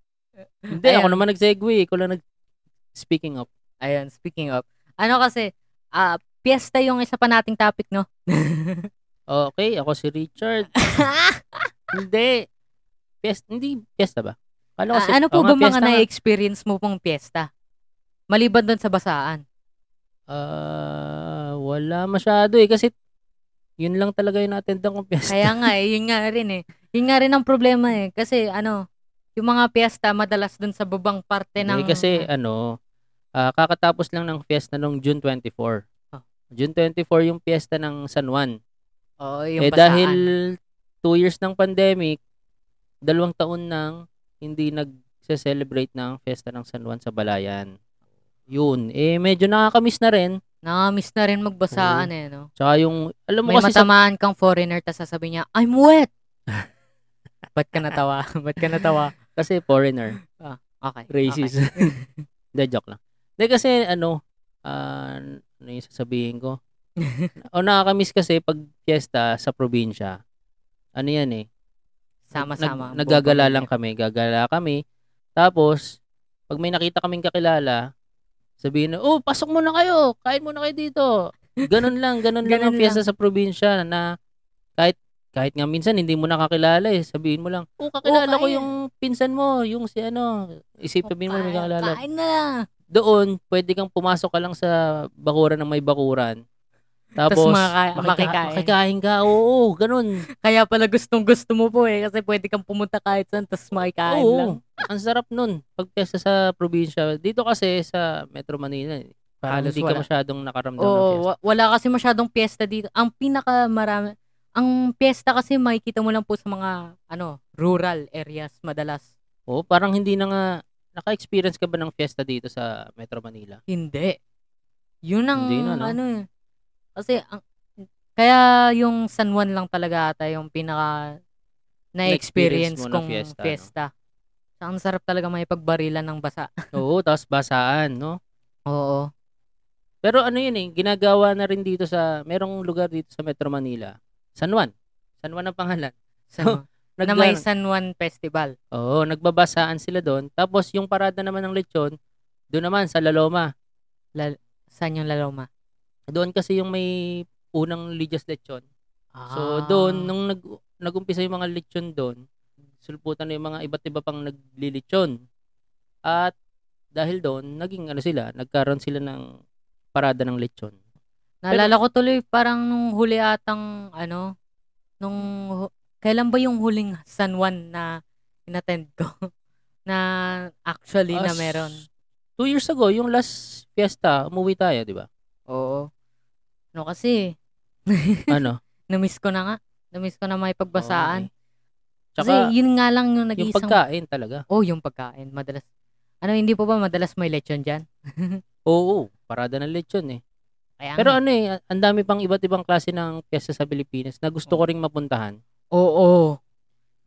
Speaker 1: Hindi, ako
Speaker 2: Ayan.
Speaker 1: naman nag-segue. eh. Ikaw lang nag... Speaking of.
Speaker 2: Ayun, speaking of. Ano kasi, ah, piyesta yung isa pa nating topic,
Speaker 1: <laughs>
Speaker 2: no?
Speaker 1: Okay, ako si Richard.
Speaker 2: Ah,
Speaker 1: hindi. Piesta, hindi, piesta ba? Kala ko
Speaker 2: Ah,
Speaker 1: si-
Speaker 2: ano po
Speaker 1: Oo nga,
Speaker 2: ba mga
Speaker 1: piyesta nga.
Speaker 2: na-experience mo pong piyesta? Maliban doon sa basaan.
Speaker 1: Ah, wala masyado eh. Kasi yun lang talaga yung na-attendan kong piesta.
Speaker 2: Kaya nga, eh, yun nga rin eh. Yun nga rin ang problema eh. Kasi ano, yung mga piyesta madalas doon sa babang parte
Speaker 1: <laughs>
Speaker 2: ng...
Speaker 1: Hindi, Eh, kasi ano, ah, kakatapos lang ng fiesta nung June 24.
Speaker 2: Ah.
Speaker 1: June 24 yung fiesta ng San Juan.
Speaker 2: Oo,
Speaker 1: eh
Speaker 2: yung basaan.
Speaker 1: dahil two years ng pandemic, dalawang taon nang hindi nag-celebrate ng Fiesta ng San Juan sa Balayan. Yun. Eh, medyo nakakamiss na rin.
Speaker 2: Nakamiss na rin magbasaan eh, no?
Speaker 1: Tsaka yung, alam mo
Speaker 2: May
Speaker 1: kasi sa,
Speaker 2: matamaan kang foreigner, tas sasabihin niya, I'm
Speaker 1: <laughs>
Speaker 2: wet! Ba't ka natawa? Ba't ka natawa?
Speaker 1: kasi foreigner,
Speaker 2: Okay.
Speaker 1: racist.
Speaker 2: okay.
Speaker 1: Hindi, joke lang. Hindi kasi ano, ah, ano yung sasabihin
Speaker 2: <laughs>
Speaker 1: ko? o nakakamiss kasi pag fiesta sa probinsya, ano yan eh,
Speaker 2: Sama-sama. ang
Speaker 1: Nag, nagagala
Speaker 2: buong
Speaker 1: lang kami,
Speaker 2: pamilya.
Speaker 1: gagala kami. Tapos, pag may nakita kaming kakilala, sabihin na, oh, pasok muna kayo, kain muna kayo dito. Ganun lang, ganun, lang ang
Speaker 2: Ganun
Speaker 1: fiesta sa probinsya na kahit kahit nga minsan hindi mo nakakilala eh, sabihin mo lang, oh, kakilala ko
Speaker 2: Oh, kain."
Speaker 1: yung pinsan mo, yung si ano, isip sabihin mo na may
Speaker 2: Kain-
Speaker 1: kakilala.
Speaker 2: Kain na!
Speaker 1: Doon, pwede kang pumasok ka lang sa bakuran ng may bakuran. Tapos,
Speaker 2: makaka-
Speaker 1: makika-
Speaker 2: makikain.
Speaker 1: makikain ka, oo, ganun.
Speaker 2: Kaya pala gustong gusto mo po eh. Kasi pwede kang pumunta kahit saan, tas makikain
Speaker 1: Oo.
Speaker 2: lang.
Speaker 1: ang sarap nun. Pag piyesta sa probinsya. Dito kasi sa Metro Manila, eh, parang
Speaker 2: Halos
Speaker 1: hindi
Speaker 2: wala.
Speaker 1: ka masyadong nakaramdam ng
Speaker 2: Oo,
Speaker 1: piyesta.
Speaker 2: wa- wala kasi masyadong piyesta dito. Ang pinaka marami, ang piyesta kasi makikita mo lang po sa mga ano, rural areas madalas.
Speaker 1: Oo, parang hindi na nga, naka-experience ka ba ng piyesta dito sa Metro Manila?
Speaker 2: Hindi. Yun ang
Speaker 1: Hindi na, no?
Speaker 2: ano eh. Kasi ang kaya yung San Juan lang talaga ata yung pinaka
Speaker 1: Na-experience
Speaker 2: na-experience
Speaker 1: mo na
Speaker 2: kong
Speaker 1: fiesta,
Speaker 2: fiesta.
Speaker 1: no?
Speaker 2: Tsaka Ang sarap talaga may pagbarilan ng basa. <laughs>
Speaker 1: Oo, tapos basaan, no?
Speaker 2: Oo.
Speaker 1: Pero ano yun eh, ginagawa na rin dito sa, merong lugar dito sa Metro Manila. San Juan. San Juan ang pangalan. <laughs>
Speaker 2: San, na
Speaker 1: Nagla-
Speaker 2: may ano, San Juan Festival.
Speaker 1: Oo, nagbabasaan sila doon. Tapos yung parada naman ng lechon, doon naman sa Laloma.
Speaker 2: San yung Laloma?
Speaker 1: Doon kasi yung may unang Lidias Lechon. So
Speaker 2: Ah.
Speaker 1: doon nung nag nagumpisa yung mga lechon doon, sulputan na yung mga iba't iba pang naglilechon. At dahil doon, naging ano sila, nagkaroon sila ng parada ng lechon.
Speaker 2: Ah, Naalala ko tuloy parang nung huli atang ano, nung hu- kailan ba yung huling San Juan na inattend ko? <laughs> na actually na
Speaker 1: As-
Speaker 2: meron.
Speaker 1: Two years ago, yung last fiesta, umuwi tayo, di
Speaker 2: <laughs>
Speaker 1: ba?
Speaker 2: Oo. No kasi <laughs>
Speaker 1: Ano?
Speaker 2: namiss ko na nga. Namiss ko na may pagbasaan.
Speaker 1: Oo, Tsaka,
Speaker 2: kasi yun nga lang yung
Speaker 1: yung
Speaker 2: nag-iisang
Speaker 1: pagkain talaga.
Speaker 2: Oh, yung pagkain madalas. Ano hindi po ba madalas may lechon diyan?
Speaker 1: Oo, parada ng lechon eh.
Speaker 2: Kaya
Speaker 1: Pero
Speaker 2: nga.
Speaker 1: ano eh, ang dami pang iba't ibang klase ng fiesta sa Pilipinas na gusto ko ring mapuntahan.
Speaker 2: oo.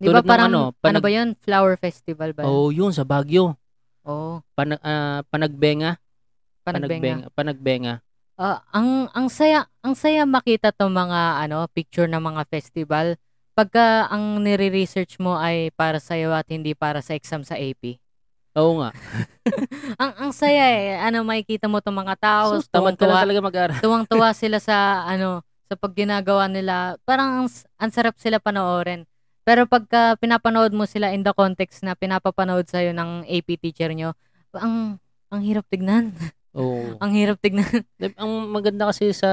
Speaker 2: Di ba
Speaker 1: Tulad ng
Speaker 2: parang
Speaker 1: ano,
Speaker 2: ano,
Speaker 1: panag-
Speaker 2: ba 'yun? Flower festival ba? yun?
Speaker 1: Oo, yun sa Baguio.
Speaker 2: Oo.
Speaker 1: Pana- ah, panagbenga.
Speaker 2: Panagbenga.
Speaker 1: Panagbenga. Panagbenga.
Speaker 2: Ah, ang ang saya ang saya makita to mga ano picture ng mga festival pagka ang nire-research mo ay para sa iyo at hindi para sa exam sa AP.
Speaker 1: Oo nga.
Speaker 2: <laughs> Ang ang saya eh ano makikita mo to mga tao
Speaker 1: so, tamad ka lang
Speaker 2: tuwang-tuwa,
Speaker 1: talaga mag-aral.
Speaker 2: tuwang-tuwa sila sa ano sa pag ginagawa nila. Parang ang, s- ang sarap sila panoorin. Pero pagka pinapanood mo sila in the context na pinapapanood sa iyo ng AP teacher nyo, ang ang hirap tignan. <laughs>
Speaker 1: Oo.
Speaker 2: ang hirap tignan.
Speaker 1: Ang, ang maganda kasi sa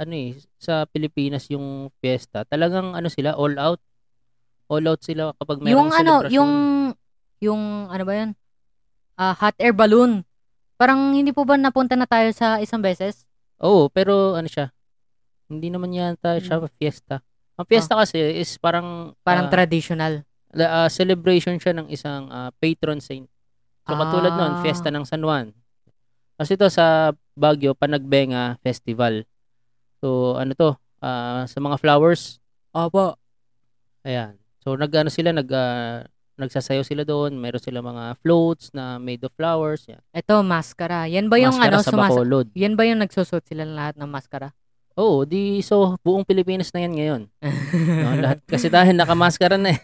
Speaker 1: ano eh, sa Pilipinas yung fiesta, talagang ano sila all out. All out sila kapag
Speaker 2: yung
Speaker 1: merong
Speaker 2: ano,
Speaker 1: celebration.
Speaker 2: yung yung ano ba 'yun? Ah, hot air balloon. Parang hindi po ba napunta na tayo sa isang beses?
Speaker 1: Oo, pero ano siya? Hindi naman yata siya fiesta. Ang fiesta kasi is parang
Speaker 2: Hmm. Ah. Parang
Speaker 1: ah,
Speaker 2: traditional.
Speaker 1: la- ah, celebration siya ng isang ah, patron saint. So katulad noon,
Speaker 2: Ah.
Speaker 1: fiesta ng San Juan. Kasi ito sa Baguio Panagbenga Festival. So ano to? ah, sa mga flowers,
Speaker 2: Opo.
Speaker 1: Ayan. So nag-ano sila, nag, ah, nagsasayaw sila doon. Meron sila mga floats na made of flowers. Yan.
Speaker 2: Ito, maskara. Yan ba yung
Speaker 1: Maskara
Speaker 2: ano,
Speaker 1: sa
Speaker 2: sumas-
Speaker 1: Bacolod.
Speaker 2: Yan ba yung nagsusot sila ng lahat ng maskara?
Speaker 1: Oo, di so buong Pilipinas na yan ngayon. <laughs> No, lahat
Speaker 2: <laughs>
Speaker 1: kasi dahil nakamaskara na eh.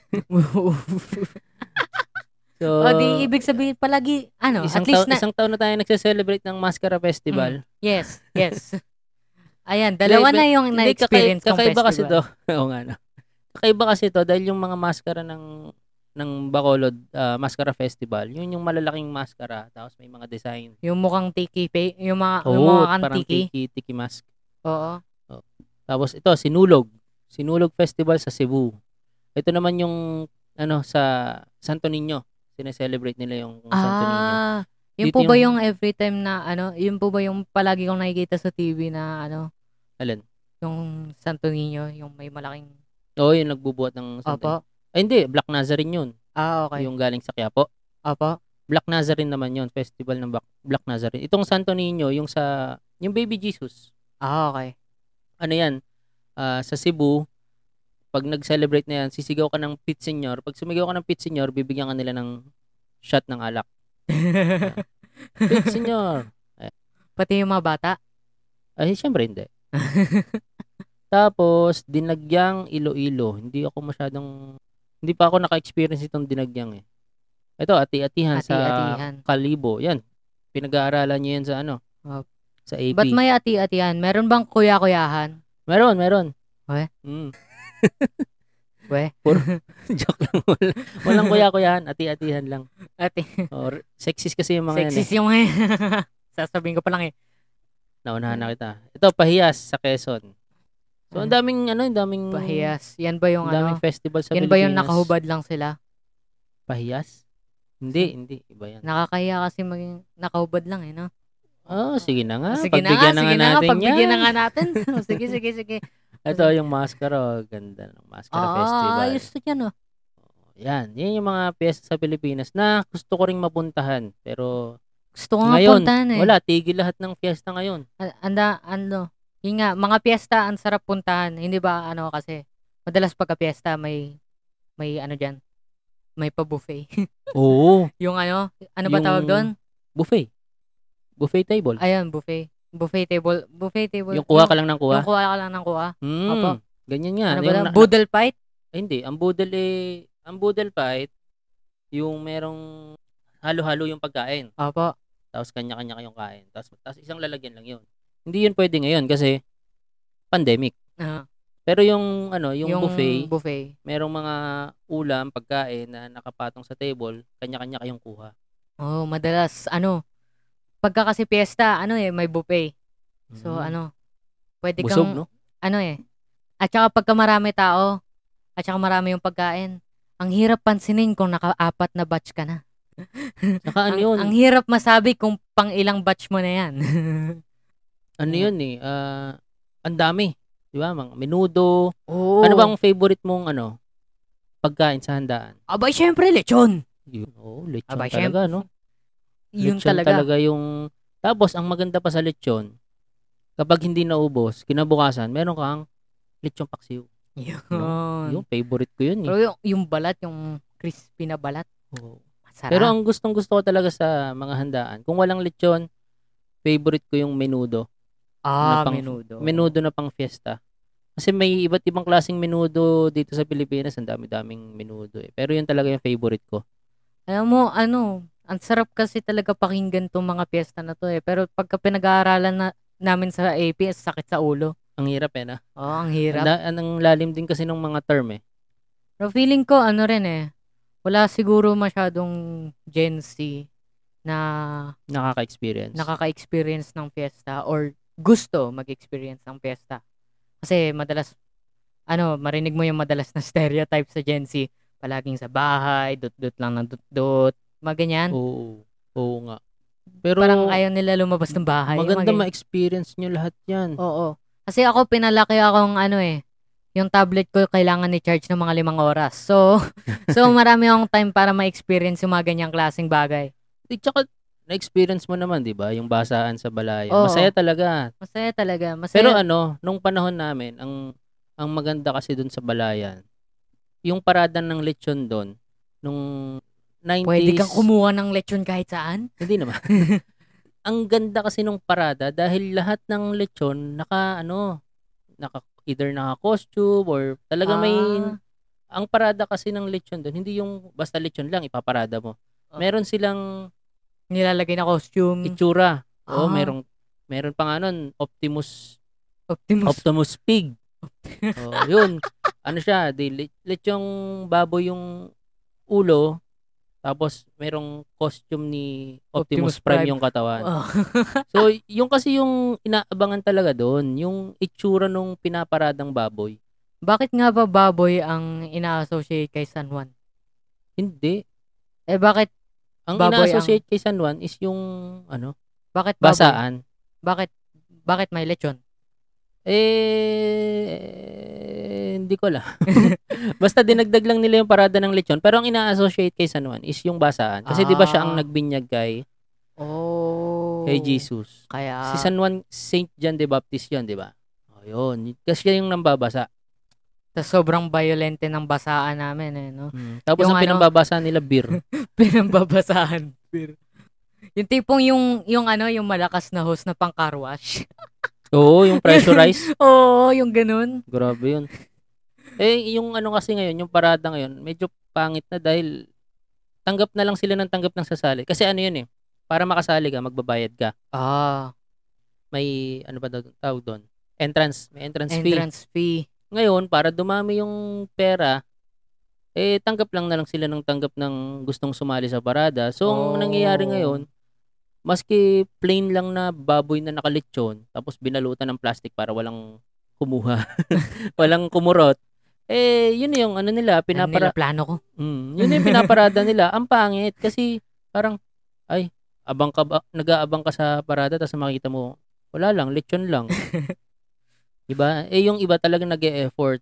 Speaker 1: So,
Speaker 2: o Oh, di ibig sabihin palagi ano,
Speaker 1: Oh. isang,
Speaker 2: at least
Speaker 1: taon-
Speaker 2: na
Speaker 1: isang taon na tayo nagse-celebrate ng Maskara Festival.
Speaker 2: Yes,
Speaker 1: <laughs>
Speaker 2: yes. Ayan, dalawa
Speaker 1: Hindi,
Speaker 2: na yung
Speaker 1: Hindi, kakai-
Speaker 2: na-experience kong
Speaker 1: kakaiba
Speaker 2: festival.
Speaker 1: kasi to. <laughs> Oo nga no. Kakaiba kasi to dahil yung mga maskara ng ng Bacolod ah, Maskara Festival, yun yung malalaking maskara tapos may mga design.
Speaker 2: Yung mukhang tiki, pa- yung mga, yung
Speaker 1: Oo,
Speaker 2: Ah, mga
Speaker 1: parang
Speaker 2: kantiki.
Speaker 1: tiki, tiki mask.
Speaker 2: Oo.
Speaker 1: Tapos ito, Sinulog. Sinulog Festival sa Cebu. Ito naman yung ano sa Santo Niño. Sineselebrate nila yung Santo Niño.
Speaker 2: Ah, yun
Speaker 1: Dito
Speaker 2: po ba
Speaker 1: yung-
Speaker 2: yung every time na ano, yun po ba yung palagi kong nakikita sa TV na ano,
Speaker 1: Alin?
Speaker 2: yung Santo Niño, yung may malaking
Speaker 1: Oo, yung nagbubuhat ng Santo Niño.
Speaker 2: Opo.
Speaker 1: Ay, hindi. Black Nazarene yun.
Speaker 2: Ah, okay.
Speaker 1: Yung galing sa Quiapo.
Speaker 2: Opo.
Speaker 1: Black Nazarene naman yun. Festival ng Bak- Black Nazarene. Itong Santo Niño, yung sa Yung Baby Jesus, <laughs>
Speaker 2: Ah, okay.
Speaker 1: ano yan, ah, sa Cebu, pag nag-celebrate na yan, sisigaw ka ng pit senior. Pag sumigaw ka ng pit senior, bibigyan ka nila ng shot ng
Speaker 2: <laughs>
Speaker 1: alak. Pit senior!
Speaker 2: Pati yung mga bata.
Speaker 1: Ay, syempre
Speaker 2: <laughs>
Speaker 1: hindi. Tapos, dinagyang Iloilo. Hindi ako masyadong, hindi pa ako naka-experience itong dinagyang eh. Ito, ati-atihan sa
Speaker 2: Ati-atihan.
Speaker 1: Kalibo. Yan. Pinag-aaralan niya yan sa ano?
Speaker 2: Wow.
Speaker 1: Sa AP.
Speaker 2: Ba't may ati-atihan? Meron bang kuya-kuyahan?
Speaker 1: meron, meron.
Speaker 2: We? <laughs>
Speaker 1: Mm.
Speaker 2: We? <laughs>
Speaker 1: Puro- joke lang. Wala. Walang kuya-kuyahan. Ati-atihan
Speaker 2: <laughs>
Speaker 1: lang.
Speaker 2: Ati.
Speaker 1: Or, sexist kasi yung mga yan eh.
Speaker 2: Sexist yung mga yan. <laughs> Sasabihin ko pa lang eh.
Speaker 1: Naunahan na kita. Ito, Pahiyas sa Quezon. So, ang
Speaker 2: Ano?
Speaker 1: daming, ano, ang daming,
Speaker 2: Pahiyas. Yan ba yung
Speaker 1: ang daming
Speaker 2: ano?
Speaker 1: festival sa
Speaker 2: Yan
Speaker 1: Pilipinas.
Speaker 2: ba yung nakahubad lang sila?
Speaker 1: Pahiyas? Hindi, hindi. Iba yan.
Speaker 2: Nakakahiya kasi maging nakahubad lang eh, no?
Speaker 1: Oh, sige na nga.
Speaker 2: sige na nga,
Speaker 1: pagbigyan na, nga
Speaker 2: sige na nga,
Speaker 1: natin
Speaker 2: pagbigyan
Speaker 1: yan.
Speaker 2: na nga
Speaker 1: <laughs>
Speaker 2: natin. Oh, sige, sige, sige.
Speaker 1: Ito yung Mascara. oh, Ganda ng Mascara
Speaker 2: Oo,
Speaker 1: Festival.
Speaker 2: Ah, ayos to yan, oh.
Speaker 1: Yan. Yan yung mga piyesta sa Pilipinas na gusto ko ring mapuntahan. Pero
Speaker 2: Gusto ko nga
Speaker 1: Ngayon,
Speaker 2: puntahan eh.
Speaker 1: wala, tigil lahat ng piyesta ngayon.
Speaker 2: A- Anda, ano, yun nga, mga piyesta, ang sarap puntahan. Hindi ba, ano, kasi, madalas pagka piyesta, may, may, ano dyan, may pa-buffet. <laughs>
Speaker 1: Oo.
Speaker 2: yung ano, ano ba
Speaker 1: Yung-
Speaker 2: tawag doon?
Speaker 1: Buffet. Buffet table.
Speaker 2: Ayun, buffet. Buffet table. Buffet table.
Speaker 1: yung kuha ka lang ng kuha.
Speaker 2: Yung kuha ka lang ng kuha.
Speaker 1: Hmm,
Speaker 2: Opo.
Speaker 1: Ganyan nga.
Speaker 2: Ano ba
Speaker 1: Yung
Speaker 2: na?
Speaker 1: na-
Speaker 2: Boodle fight?
Speaker 1: Ay, hindi. Ang budel eh, ang budel fight, yung merong halo-halo yung pagkain.
Speaker 2: Opo.
Speaker 1: Tapos kanya-kanya kayong kain. Tapos, tapos isang lalagyan lang yun. Hindi yun pwede ngayon kasi pandemic.
Speaker 2: Ah,
Speaker 1: Pero yung ano, yung, buffet,
Speaker 2: buffet.
Speaker 1: merong mga ulam, pagkain na nakapatong sa table, kanya-kanya kayong kuha.
Speaker 2: Oh, madalas ano, pagka kasi piyesta, ano eh, may buffet. So
Speaker 1: Mm.
Speaker 2: ano, pwede
Speaker 1: Busog,
Speaker 2: kang
Speaker 1: no?
Speaker 2: ano eh. At saka pagka marami tao, at saka marami yung pagkain, ang hirap pansinin kung naka-apat na batch ka na.
Speaker 1: Saka ano
Speaker 2: ang,
Speaker 1: yun?
Speaker 2: ang hirap masabi kung pang ilang batch mo na
Speaker 1: <laughs>
Speaker 2: yan.
Speaker 1: ano yun eh? ah, ang dami. Di ba? Mga menudo.
Speaker 2: Oo.
Speaker 1: Ano bang favorite mong ano? Pagkain sa handaan?
Speaker 2: Abay, syempre, lechon.
Speaker 1: Yun. Oh, lechon
Speaker 2: Abay,
Speaker 1: talaga, no?
Speaker 2: Yun
Speaker 1: lechon
Speaker 2: talaga.
Speaker 1: yung... Tapos, ang maganda pa sa lechon, kapag hindi naubos, kinabukasan, meron kang lechon paksiw.
Speaker 2: Yun.
Speaker 1: Yung favorite ko yun. Eh.
Speaker 2: Pero yung, yung balat, yung crispy na balat,
Speaker 1: Oo.
Speaker 2: masarap.
Speaker 1: Pero ang gustong gusto ko talaga sa mga handaan, kung walang lechon, favorite ko yung menudo. na
Speaker 2: ah,
Speaker 1: pang-
Speaker 2: menudo.
Speaker 1: Menudo na pang fiesta. Kasi may iba't ibang klaseng menudo dito sa Pilipinas. Ang dami-daming menudo eh. Pero yun talaga yung favorite ko.
Speaker 2: Alam mo, ano, ang sarap kasi talaga pakinggan tong mga piyesta na to eh. Pero pagka pinag-aaralan na, namin sa AP, ang sakit sa ulo.
Speaker 1: Ang hirap eh na.
Speaker 2: Oo, oh, ang
Speaker 1: Ang,
Speaker 2: hirap.
Speaker 1: da- ang lalim din kasi ng mga term eh.
Speaker 2: Pero feeling ko, ano rin eh, wala siguro masyadong Gen Z na
Speaker 1: Nakaka-experience.
Speaker 2: nakaka-experience ng piyesta or gusto mag-experience ng piyesta. Kasi madalas, ano, marinig mo yung madalas na <laughs> stereotype sa Gen Z. Palaging sa bahay, dut-dut lang ng dut-dut, mga ganyan.
Speaker 1: oo. Oo nga. Pero
Speaker 2: Parang ayaw Oh. nila lumabas ng bahay. yung mga
Speaker 1: maganda
Speaker 2: ganyan.
Speaker 1: ma-experience nyo lahat yan.
Speaker 2: Oo. Kasi ako, pinalaki akong ano eh, yung tablet ko kailangan ni-charge ng mga limang oras.
Speaker 1: <laughs>
Speaker 2: So, so marami akong time para ma-experience yung mga ganyang klaseng bagay.
Speaker 1: Eh, tsaka, na-experience mo naman, di ba? Yung basaan sa balayan.
Speaker 2: Oo.
Speaker 1: Masaya talaga.
Speaker 2: Masaya talaga. Masaya.
Speaker 1: Pero ano, nung panahon namin, ang ang maganda kasi dun sa Balayan, yung parada ng lechon doon, nung 90s...
Speaker 2: Pwede kang kumuha ng lechon kahit saan.
Speaker 1: Hindi
Speaker 2: <laughs>
Speaker 1: naman. ang ganda kasi nung parada dahil lahat ng lechon naka ano, naka either naka costume or talaga may
Speaker 2: Ah.
Speaker 1: ang parada kasi ng lechon doon, hindi yung basta lechon lang ipaparada mo.
Speaker 2: Oh.
Speaker 1: Meron silang
Speaker 2: Nilalagay na costume.
Speaker 1: itsura. Oo,
Speaker 2: Ah.
Speaker 1: merong meron pa nga nun, Optimus
Speaker 2: Optimus.
Speaker 1: Optimus Pig. oh, yun. Ano siya, di le- lechong baboy yung ulo, tapos merong costume ni Optimus,
Speaker 2: Optimus
Speaker 1: Prime,
Speaker 2: Prime.
Speaker 1: yung
Speaker 2: <laughs>
Speaker 1: katawan.
Speaker 2: Oh.
Speaker 1: So, y- yung kasi yung inaabangan talaga doon, yung itsura nung pinaparadang baboy.
Speaker 2: Bakit nga ba baboy ang ina-associate kay San Juan?
Speaker 1: Hindi.
Speaker 2: Eh bakit
Speaker 1: Ang
Speaker 2: Baboy
Speaker 1: ina-associate kay San Juan is yung ano,
Speaker 2: bakit baboy?
Speaker 1: basaan.
Speaker 2: Bakit bakit may lechon?
Speaker 1: Eh, hindi ko alam. <laughs> Basta dinagdag lang nila yung parada ng lechon. Pero ang ina-associate kay San Juan is yung basaan. Kasi di ba siya ang
Speaker 2: Ah.
Speaker 1: nagbinyag kay
Speaker 2: Oh. Ah. Oh. Ah.
Speaker 1: kay Jesus.
Speaker 2: Kaya,
Speaker 1: Si San Juan, Saint John the Baptist yun, di ba? O, yun. Kasi siya yung nambabasa.
Speaker 2: tas sobrang violente ng basaan namin eh, no? <laughs>
Speaker 1: Mm. Tapos
Speaker 2: Yung
Speaker 1: ang
Speaker 2: ano-
Speaker 1: pinambabasa nila, beer.
Speaker 2: <laughs> Pinambabasahan. Pero, yung tipong yung, yung ano, yung malakas na host na pang car wash.
Speaker 1: Oo, yung pressurized.
Speaker 2: <laughs> Oo, yung ganun.
Speaker 1: Grabe yun. Eh, yung ano kasi ngayon, yung parada ngayon, medyo pangit na dahil tanggap na lang sila ng tanggap ng sasali. Kasi ano yun eh, para makasali ka, magbabayad ka.
Speaker 2: Ah,
Speaker 1: May, ano ba daw, tawag doon? Entrance. May entrance, fee.
Speaker 2: entrance fee.
Speaker 1: Ngayon, para dumami yung pera, eh, tanggap lang na lang sila ng tanggap ng gustong sumali sa parada. So, ang
Speaker 2: Oh.
Speaker 1: nangyayari ngayon, maski plain lang na baboy na nakalitsyon, tapos binalutan ng plastic para walang kumuha, <laughs> walang kumurot, eh, yun na yung ano nila,
Speaker 2: Ano
Speaker 1: pinapara...
Speaker 2: nila plano ko?
Speaker 1: Mm, yun na yung pinaparada nila. Ang pangit kasi parang, ay, abang ka ba, nag-aabang ka sa parada tapos makikita mo, wala lang, lechon lang. diba? Eh, yung iba talaga nag effort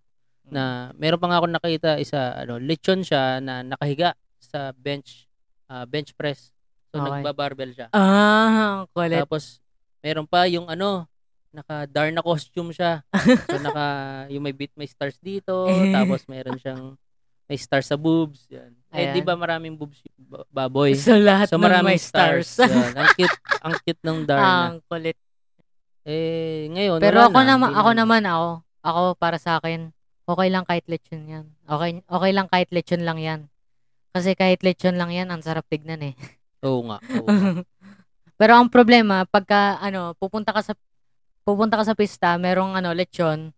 Speaker 1: na meron pa nga ako nakita isa ano lechon siya na nakahiga sa bench ah, bench press so
Speaker 2: Okay.
Speaker 1: nagba-barbell siya
Speaker 2: Ah, ang kulit.
Speaker 1: tapos meron pa yung ano naka Darna costume siya
Speaker 2: <laughs>
Speaker 1: so naka yung may bit may stars dito tapos meron siyang may stars sa boobs yan eh di
Speaker 2: Ayan.
Speaker 1: ba maraming boobs yung ba- baboy
Speaker 2: So, lahat
Speaker 1: so
Speaker 2: ng
Speaker 1: maraming
Speaker 2: may stars.
Speaker 1: <laughs>
Speaker 2: Ah,
Speaker 1: yan. ang
Speaker 2: <laughs>
Speaker 1: cute ang cute ng Darna
Speaker 2: ang kulit.
Speaker 1: eh ngayon
Speaker 2: Pero
Speaker 1: wala
Speaker 2: ako
Speaker 1: Ano na,
Speaker 2: naman,
Speaker 1: hindi
Speaker 2: ako
Speaker 1: na-
Speaker 2: naman, ako, ako para sa akin, okay lang kahit lechon yan. Okay, okay lang kahit lechon lang yan. Kasi kahit lechon lang yan, ang sarap tignan eh.
Speaker 1: oo nga oo
Speaker 2: <laughs>
Speaker 1: nga.
Speaker 2: Pero ang problema, pagka, ano, pupunta ka sa, pupunta ka sa pista, merong, ano, lechon,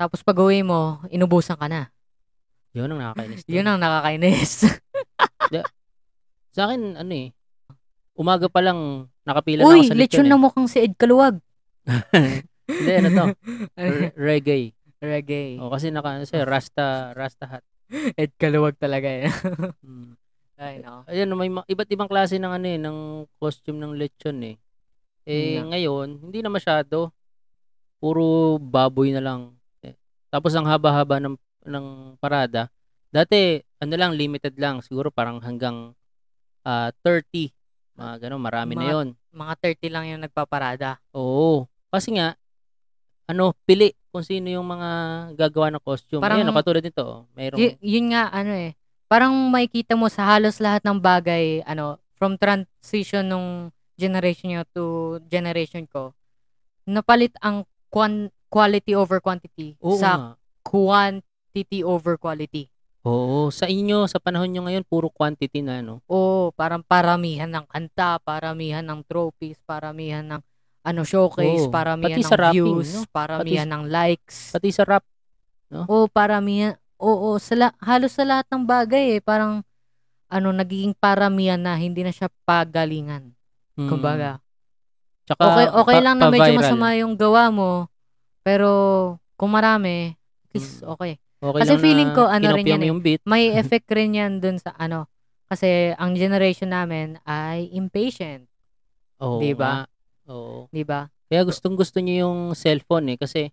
Speaker 2: tapos pag uwi mo, inubusan ka na.
Speaker 1: yun ang nakakainis dun.
Speaker 2: Yun ang <laughs> nakakainis.
Speaker 1: Sa akin, ano eh, umaga pa lang nakapila na ako
Speaker 2: Uy,
Speaker 1: sa eh. lechon.
Speaker 2: lechon eh. na mukhang si Ed Kaluwag.
Speaker 1: Eh. Hindi, ano
Speaker 2: <laughs>
Speaker 1: to? <laughs> Re- reggae.
Speaker 2: Reggae.
Speaker 1: O, kasi naka, ano siya,
Speaker 2: Ah.
Speaker 1: Rasta, Rasta hat.
Speaker 2: Oh. Ed Kaluwag talaga eh.
Speaker 1: Mm.
Speaker 2: <laughs> Ay, no.
Speaker 1: Ayun, may ma- iba't ibang klase ng ano eh, ng costume ng lechon eh. Eh,
Speaker 2: Yun na.
Speaker 1: ngayon, hindi na masyado. Puro baboy na lang. Eh, tapos ang haba-haba ng, ng parada. Dati, ano lang, limited lang. Siguro parang hanggang ah, 30. Mga ganun, marami na
Speaker 2: Mga-
Speaker 1: yon
Speaker 2: Mga 30 lang yung nagpaparada.
Speaker 1: Oo. Kasi nga, ano, pili kung sino yung mga gagawa ng costume.
Speaker 2: Parang-
Speaker 1: Parang, Ayan, katulad nito, oh, mayroong,
Speaker 2: Y- yun nga, ano eh. Parang makikita mo sa halos lahat ng bagay, ano, from transition nung generation nyo to generation ko, napalit ang quan- quality over quantity
Speaker 1: oo
Speaker 2: sa
Speaker 1: nga.
Speaker 2: quantity over quality.
Speaker 1: Oo, sa inyo, sa panahon nyo ngayon, puro quantity na, ano. no?
Speaker 2: Oo, parang paramihan ng kanta, paramihan ng trophies, paramihan ng ano showcase,
Speaker 1: Oo,
Speaker 2: paramihan
Speaker 1: pati
Speaker 2: ng
Speaker 1: sa rapping,
Speaker 2: views,
Speaker 1: no?
Speaker 2: paramihan ng likes.
Speaker 1: Pati sa rap,
Speaker 2: Oo, paramihan. Oo, sa la- halos sa lahat ng bagay eh. Parang, ano, nagiging paramihan na hindi na siya pagalingan.
Speaker 1: mm,
Speaker 2: Kumbaga,
Speaker 1: tsaka
Speaker 2: okay, okay
Speaker 1: pa-
Speaker 2: lang na medyo
Speaker 1: pa-viral.
Speaker 2: masama yung gawa mo. Pero, kung marami, at least
Speaker 1: Mm.
Speaker 2: okay.
Speaker 1: Okay
Speaker 2: Kasi
Speaker 1: lang na
Speaker 2: feeling ko, ano rin
Speaker 1: kinopya
Speaker 2: yan
Speaker 1: mo
Speaker 2: eh.
Speaker 1: yung beat. <laughs>
Speaker 2: May effect rin yan dun sa ano. Kasi, ang generation namin ay impatient.
Speaker 1: Oo nga.
Speaker 2: Diba?
Speaker 1: Oo.
Speaker 2: Di ba?
Speaker 1: Kaya gustong gusto nyo yung cellphone eh kasi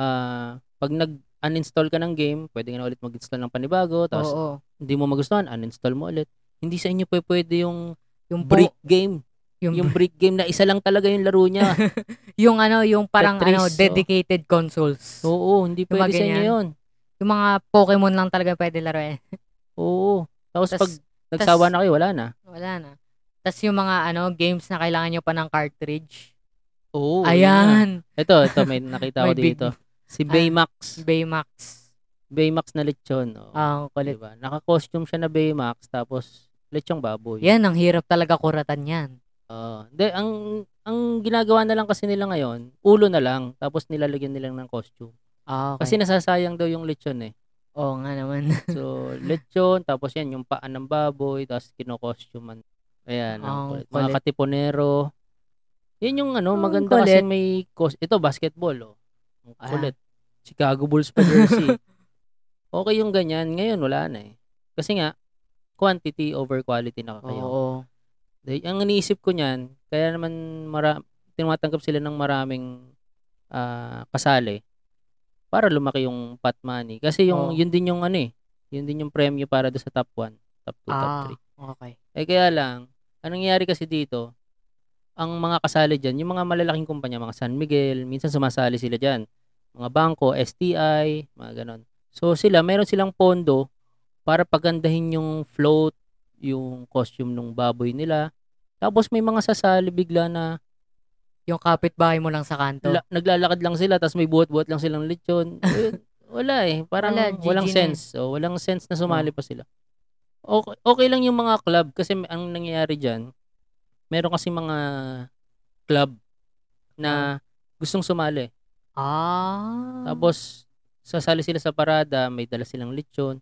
Speaker 1: ah pag nag uninstall ka ng game, pwede ka na ulit mag-install ng panibago, tapos
Speaker 2: Oo.
Speaker 1: hindi mo magustuhan, uninstall mo ulit. Hindi sa inyo pa pwede yung
Speaker 2: Yung po-
Speaker 1: break game.
Speaker 2: yung,
Speaker 1: Yung brick game na isa lang talaga yung laro
Speaker 2: <laughs>
Speaker 1: niya.
Speaker 2: yung ano, yung parang
Speaker 1: Tetris,
Speaker 2: ano,
Speaker 1: oo.
Speaker 2: dedicated consoles.
Speaker 1: Oo, hindi
Speaker 2: Yung mga
Speaker 1: pwede sa inyo
Speaker 2: ganyan.
Speaker 1: yun.
Speaker 2: Yung mga Pokemon lang talaga pwede laruin.
Speaker 1: Oo. Tapos
Speaker 2: Tas-
Speaker 1: pag nagsawa
Speaker 2: tas-
Speaker 1: na kayo, wala na.
Speaker 2: Wala na. Tapos yung mga ano games na kailangan nyo pa ng cartridge.
Speaker 1: Oo. yun na.
Speaker 2: Ayan,
Speaker 1: Ito, ito, may nakita ko
Speaker 2: <laughs> May big-
Speaker 1: dito. Si Baymax.
Speaker 2: Baymax.
Speaker 1: Baymax na lechon. Oo.
Speaker 2: Ang Ah, kulit.
Speaker 1: diba? Naka-costume siya na Baymax, tapos lechong baboy.
Speaker 2: Yan, ang hirap talaga kuratan yan.
Speaker 1: Oo. Hindi, ang, ang ginagawa na lang kasi nila ngayon, ulo na lang, tapos nilalagyan nilang ng costume.
Speaker 2: Ah,
Speaker 1: Kasi
Speaker 2: okay.
Speaker 1: nasasayang daw yung lechon eh.
Speaker 2: Oo nga naman.
Speaker 1: So, lechon, tapos yan, yung paan ng baboy, tapos kinokostuman. Ayan,
Speaker 2: Ang
Speaker 1: ang kulit. Mga
Speaker 2: kulit.
Speaker 1: katiponero. Yan yung ano,
Speaker 2: Ang
Speaker 1: maganda kasi
Speaker 2: kulit.
Speaker 1: may cost. Ito, basketball, oh. Ang
Speaker 2: Ah.
Speaker 1: kulit. Chicago Bulls pa
Speaker 2: <laughs>
Speaker 1: jersey. okay yung ganyan. Ngayon, wala na eh. Kasi nga, quantity over quality na
Speaker 2: <laughs>
Speaker 1: kayo.
Speaker 2: Oo.
Speaker 1: Dahil ang iniisip ko niyan, kaya naman mara- tinatanggap sila ng maraming ah, kasali para lumaki yung pot money. Kasi yung,
Speaker 2: Oo.
Speaker 1: yun din yung ano eh, yun din yung premyo para doon sa top 1, top 2, top
Speaker 2: Ah,
Speaker 1: 3.
Speaker 2: okay.
Speaker 1: Eh kaya lang, anong nangyari kasi dito, ang mga kasali dyan, yung mga malalaking kumpanya, mga San Miguel, minsan sumasali sila dyan. Mga bangko, STI, mga ganon. So sila, meron silang pondo para pagandahin yung float, yung costume ng baboy nila. Tapos may mga sasali bigla na
Speaker 2: Yung kapitbahay mo lang sa kanto.
Speaker 1: la- naglalakad lang sila tapos may buhat-buhat lang silang
Speaker 2: <laughs>
Speaker 1: lechon. Eh, wala eh. Parang
Speaker 2: Wala, GG
Speaker 1: walang
Speaker 2: na eh. Oh.
Speaker 1: sense. So, walang sense na sumali pa sila. Okay, okay lang yung mga club kasi may- ang nangyayari dyan, meron kasi mga club
Speaker 2: Oh.
Speaker 1: na gustong sumali.
Speaker 2: ah.
Speaker 1: Tapos, sasali sila sa parada, may dala silang lechon.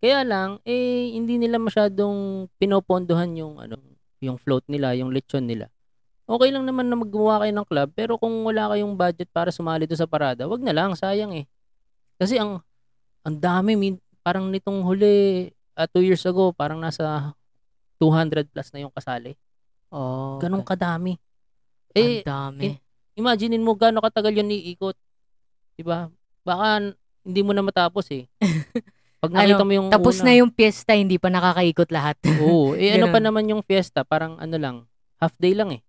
Speaker 1: Kaya lang, eh, hindi nila masyadong pinopondohan yung, ano, yung float nila, yung lechon nila. Okay lang naman na maggumawa kayo ng club, pero kung wala kayong budget para sumali doon sa parada, wag na lang, sayang eh. Kasi ang, ang dami, min- parang nitong huli, ah, two years ago, parang nasa 200 plus na yung kasali.
Speaker 2: Oh,
Speaker 1: Ganong kadami. Eh,
Speaker 2: eh, ang dami.
Speaker 1: in- imaginein mo gaano katagal yun iikot. 'Di ba? Baka n- hindi mo na matapos
Speaker 2: <laughs>
Speaker 1: eh. Pag nakita
Speaker 2: Ano,
Speaker 1: mo yung
Speaker 2: Tapos
Speaker 1: una,
Speaker 2: na yung piyesta, hindi pa nakakaikot lahat.
Speaker 1: <laughs>
Speaker 2: <laughs>
Speaker 1: Oo, eh ano
Speaker 2: Ganun.
Speaker 1: pa naman yung fiesta, parang ano lang, half day lang eh.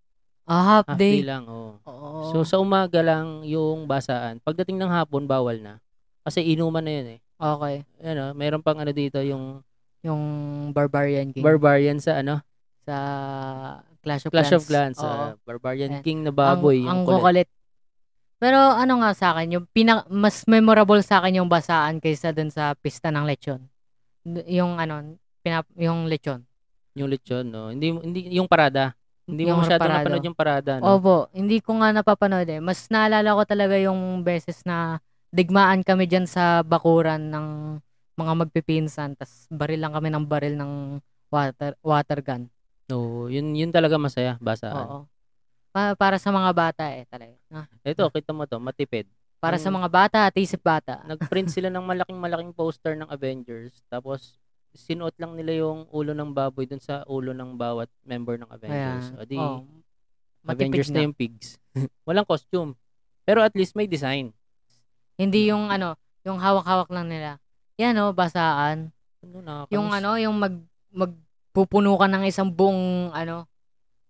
Speaker 2: ah, half
Speaker 1: Half day,
Speaker 2: day. Oh.
Speaker 1: lang, oo.
Speaker 2: Oo.
Speaker 1: So sa umaga lang yung basaan. Pagdating ng hapon bawal na. Kasi inuman na yun eh.
Speaker 2: okay.
Speaker 1: Ano, meron pang ano dito yung
Speaker 2: Yung Barbarian King
Speaker 1: barbarian sa ano,
Speaker 2: sa Clash of
Speaker 1: Clash
Speaker 2: Clans.
Speaker 1: of Clans,
Speaker 2: Oo.
Speaker 1: ah, Barbarian
Speaker 2: Eh,
Speaker 1: King na baboy,
Speaker 2: ang, ang
Speaker 1: yung kulit.
Speaker 2: kukulit. Pero ano nga sa akin, yung pina- mas memorable sa akin yung basaan kaysa dun sa pista ng lechon. N- Yung ano, pinap- yung lechon.
Speaker 1: yung lechon, no. Hindi hindi yung parada. Hindi mo
Speaker 2: Yung
Speaker 1: masyado
Speaker 2: parada. Oh.
Speaker 1: napanood yung parada, no.
Speaker 2: Opo, hindi ko nga napapanood eh. Mas naalala ko talaga yung beses na digmaan kami dyan sa bakuran ng mga magpipinsan. tas baril lang kami ng baril ng water, water gun.
Speaker 1: Oo, yun yun talaga masaya basaan.
Speaker 2: Oo. Pa- para sa mga bata eh talaga. Ah,
Speaker 1: Ito, kita mo to, matipid.
Speaker 2: para sa
Speaker 1: Ang-
Speaker 2: mga bata at isip bata.
Speaker 1: Nagprint sila ng malaking-malaking poster ng Avengers, tapos sinuot lang nila yung ulo ng baboy dun sa ulo ng bawat member ng Avengers.
Speaker 2: Ayan.
Speaker 1: O di,
Speaker 2: Oo. Matipid
Speaker 1: Avengers na.
Speaker 2: na.
Speaker 1: yung pigs. <laughs> Walang costume. Pero at least may design.
Speaker 2: Hindi
Speaker 1: Hmm.
Speaker 2: yung ano, yung hawak-hawak lang nila. Yan o, basaan.
Speaker 1: Ano, nakakamiss.
Speaker 2: Yung ano, yung mag, magpupuno ka ng isang buong ano,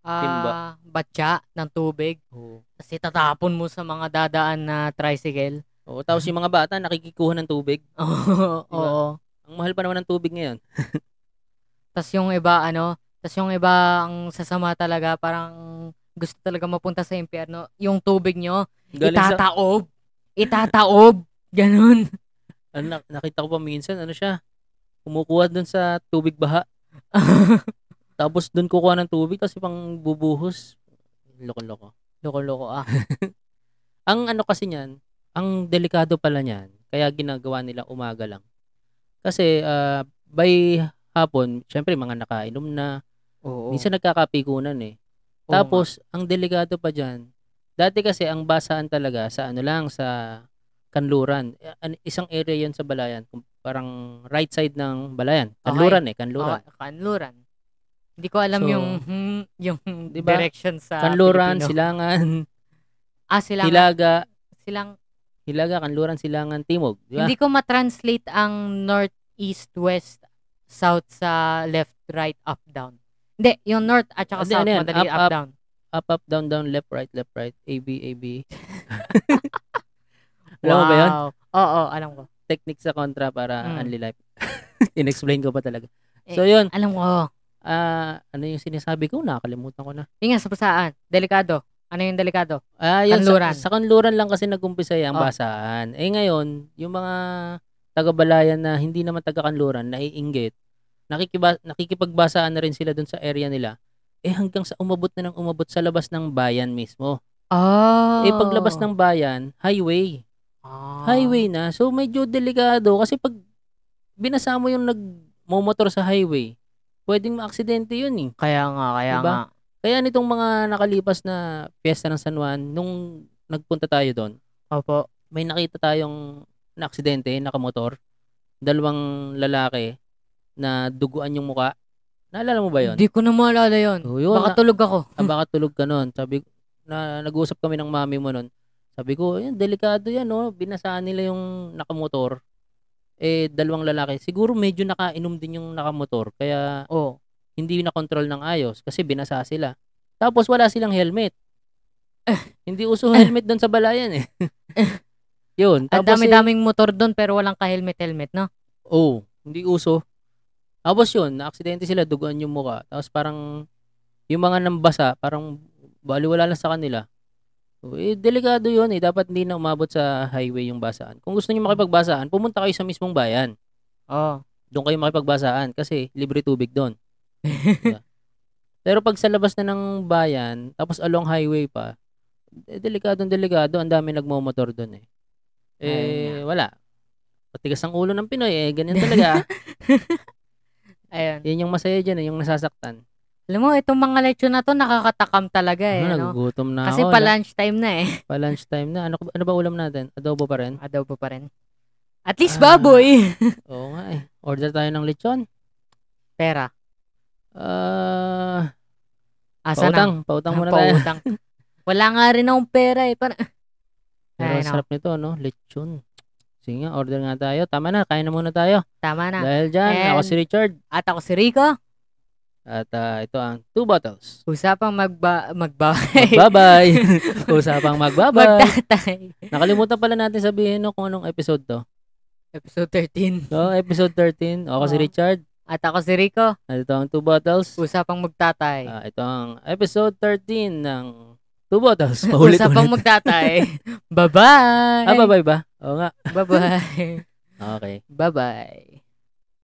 Speaker 2: ah,
Speaker 1: Timba.
Speaker 2: batya ng tubig.
Speaker 1: Oo.
Speaker 2: Tapos itatapon mo sa mga dadaan na tricycle. <laughs>
Speaker 1: Oo, tapos yung mga bata, nakikikuha ng tubig.
Speaker 2: Oo.
Speaker 1: Diba? Ang mahal pa naman ng tubig ngayon.
Speaker 2: Tapos yung iba, ano, tapos yung iba, ang sasama talaga, parang gusto talaga mapunta sa impyerno. Yung tubig nyo,
Speaker 1: Galing sa,
Speaker 2: itataob. Itataob. Ganun.
Speaker 1: ano, nak- nakita ko pa minsan, ano siya, kumukuha dun sa tubig
Speaker 2: <laughs>
Speaker 1: baha. Tapos dun kukuha ng tubig, tapos pang bubuhos. Loko-loko.
Speaker 2: Loko-loko ah.
Speaker 1: Ang ano kasi niyan, ang delikado pala niyan, kaya ginagawa nila umaga lang. Kasi ah, by hapon, syempre mga nakainom na,
Speaker 2: Oo.
Speaker 1: minsan nagkakapikunan eh.
Speaker 2: Oo
Speaker 1: Tapos, ang delikado pa dyan, dati kasi ang basaan talaga sa ano lang, sa kanluran. Eh, an- Isang area yon sa balayan, kung parang right side ng balayan. Kanluran eh, kanluran.
Speaker 2: Ah, kanluran. Hindi ko alam
Speaker 1: So,
Speaker 2: yung hmm, yung
Speaker 1: diba?
Speaker 2: direction sa
Speaker 1: kanluran,
Speaker 2: Pilipino.
Speaker 1: silangan,
Speaker 2: ah, silang,
Speaker 1: hilaga,
Speaker 2: silang
Speaker 1: hilaga, kanluran, silangan, timog. Di ba?
Speaker 2: hindi ko matranslate ang north, east, west, south sa left, right, up, down. Hindi, yung north at saka
Speaker 1: Hindi,
Speaker 2: south,
Speaker 1: ano yan?
Speaker 2: madali
Speaker 1: Up,
Speaker 2: up,
Speaker 1: up.
Speaker 2: down.
Speaker 1: up, up, down, down, left, right, left, right, A, B, A,
Speaker 2: <laughs>
Speaker 1: B. Alam mo ba yun?
Speaker 2: Wow. Oo, alam ko.
Speaker 1: Technique sa kontra para
Speaker 2: Mm.
Speaker 1: unli life. <laughs> In-explain ko pa talaga.
Speaker 2: Eh,
Speaker 1: So, yun.
Speaker 2: Alam ko.
Speaker 1: Ah, ano yung sinasabi ko? Nakakalimutan ko na.
Speaker 2: Yung nga, sa pasaan. Delikado. Ano yung delikado?
Speaker 1: Ah, yun,
Speaker 2: Kanluran.
Speaker 1: Sa, sa kanluran lang kasi nagumpisa yung
Speaker 2: Oh.
Speaker 1: basaan. Eh ngayon, yung mga taga-balayan na hindi naman taga-kanluran, naiinggit, nakikiba, nakikipagbasaan na rin sila dun sa area nila. Eh hanggang sa umabot na ng umabot sa labas ng bayan mismo.
Speaker 2: Oh.
Speaker 1: Eh paglabas ng bayan, highway.
Speaker 2: Ah.
Speaker 1: highway na. So medyo delikado kasi pag binasa mo yung nagmomotor sa highway, pwedeng maaksidente yun eh.
Speaker 2: Kaya nga, kaya
Speaker 1: Diba?
Speaker 2: nga.
Speaker 1: Kaya nitong mga nakalipas na piyesta ng San Juan, nung nagpunta tayo doon,
Speaker 2: Opo.
Speaker 1: may nakita tayong naaksidente, nakamotor, dalawang lalaki na duguan yung muka. Naalala mo ba yun?
Speaker 2: Hindi ko na maalala yun.
Speaker 1: Oo, yun.
Speaker 2: Baka tulog ako.
Speaker 1: Ah, baka tulog ka nun. Sabi, na, nag-usap kami ng mami mo nun. Sabi ko, yan, delikado yan, no? Binasaan nila yung nakamotor. Eh, dalawang lalaki. Siguro medyo nakainom din yung nakamotor. Kaya, oh,
Speaker 2: Oo.
Speaker 1: hindi na control ng ayos kasi binasa sila. Tapos wala silang helmet. Hindi uso helmet doon sa balayan eh. Yun.
Speaker 2: Ang
Speaker 1: Tapos eh,
Speaker 2: dami-daming motor doon pero walang ka-helmet-helmet, no?
Speaker 1: Oh, hindi uso. Tapos yun, naaksidente sila, duguan yung muka. Tapos parang, yung mga nambasa, parang baliwala lang sa kanila. So, eh, delikado yun eh. Dapat hindi na umabot sa highway yung basaan. Kung gusto niyo makipagbasaan, pumunta kayo sa mismong bayan.
Speaker 2: Oo.
Speaker 1: Doon kayo makipagbasaan kasi libre tubig doon. Diba? Pero pag sa labas na ng bayan, tapos along highway pa, eh, delikado delikado. Ang dami nagmomotor doon eh. Eh,
Speaker 2: Ayun
Speaker 1: wala. Patigas ang ulo ng Pinoy eh. Ganyan talaga.
Speaker 2: Ayun.
Speaker 1: Yan yung masaya dyan, eh, yung nasasaktan.
Speaker 2: Alam mo, itong mga lechon na to nakakatakam talaga eh,
Speaker 1: ano,
Speaker 2: no?
Speaker 1: nagugutom na
Speaker 2: Kasi
Speaker 1: ako.
Speaker 2: pa lunch time na eh.
Speaker 1: la- pa lunchtime na. Ano, ano ba ulam natin? Adobo Ah, pa rin?
Speaker 2: Adobo pa rin. At least
Speaker 1: Ah.
Speaker 2: baboy.
Speaker 1: Oo nga eh. Order tayo ng lechon.
Speaker 2: Pera.
Speaker 1: Ah,
Speaker 2: Asa na? Ah,
Speaker 1: pautang. Pautang muna tayo.
Speaker 2: Pautang. Wala nga rin akong pera eh. Para...
Speaker 1: Pero
Speaker 2: Ay,
Speaker 1: ang
Speaker 2: no.
Speaker 1: sarap nito, no? Lechon. Sige nga, order nga tayo. Tama na, kain na muna tayo.
Speaker 2: Tama na.
Speaker 1: Dahil dyan,
Speaker 2: Ah, And-
Speaker 1: ako si Richard.
Speaker 2: At ako si Rico.
Speaker 1: At ah, ito ang Two
Speaker 2: <laughs>
Speaker 1: Bottles.
Speaker 2: Usapang magba... Magba... <laughs>
Speaker 1: Magbabay. Usapang magbabay.
Speaker 2: Magtatay.
Speaker 1: Nakalimutan pala natin sabihin no, kung anong episode to.
Speaker 2: Episode 13.
Speaker 1: So, episode 13. Ako si
Speaker 2: Oo.
Speaker 1: Richard.
Speaker 2: At ako si Rico.
Speaker 1: At ito ang Two Bottles.
Speaker 2: Usapang magtatay.
Speaker 1: Ah, ito ang episode 13 ng Two Bottles. Paulit
Speaker 2: Usapang
Speaker 1: Ah, ulit. <laughs>
Speaker 2: magtatay. Bye-bye.
Speaker 1: Ah, babay Ah, ba? Oo nga.
Speaker 2: Bye-bye.
Speaker 1: Okay.
Speaker 2: Bye-bye.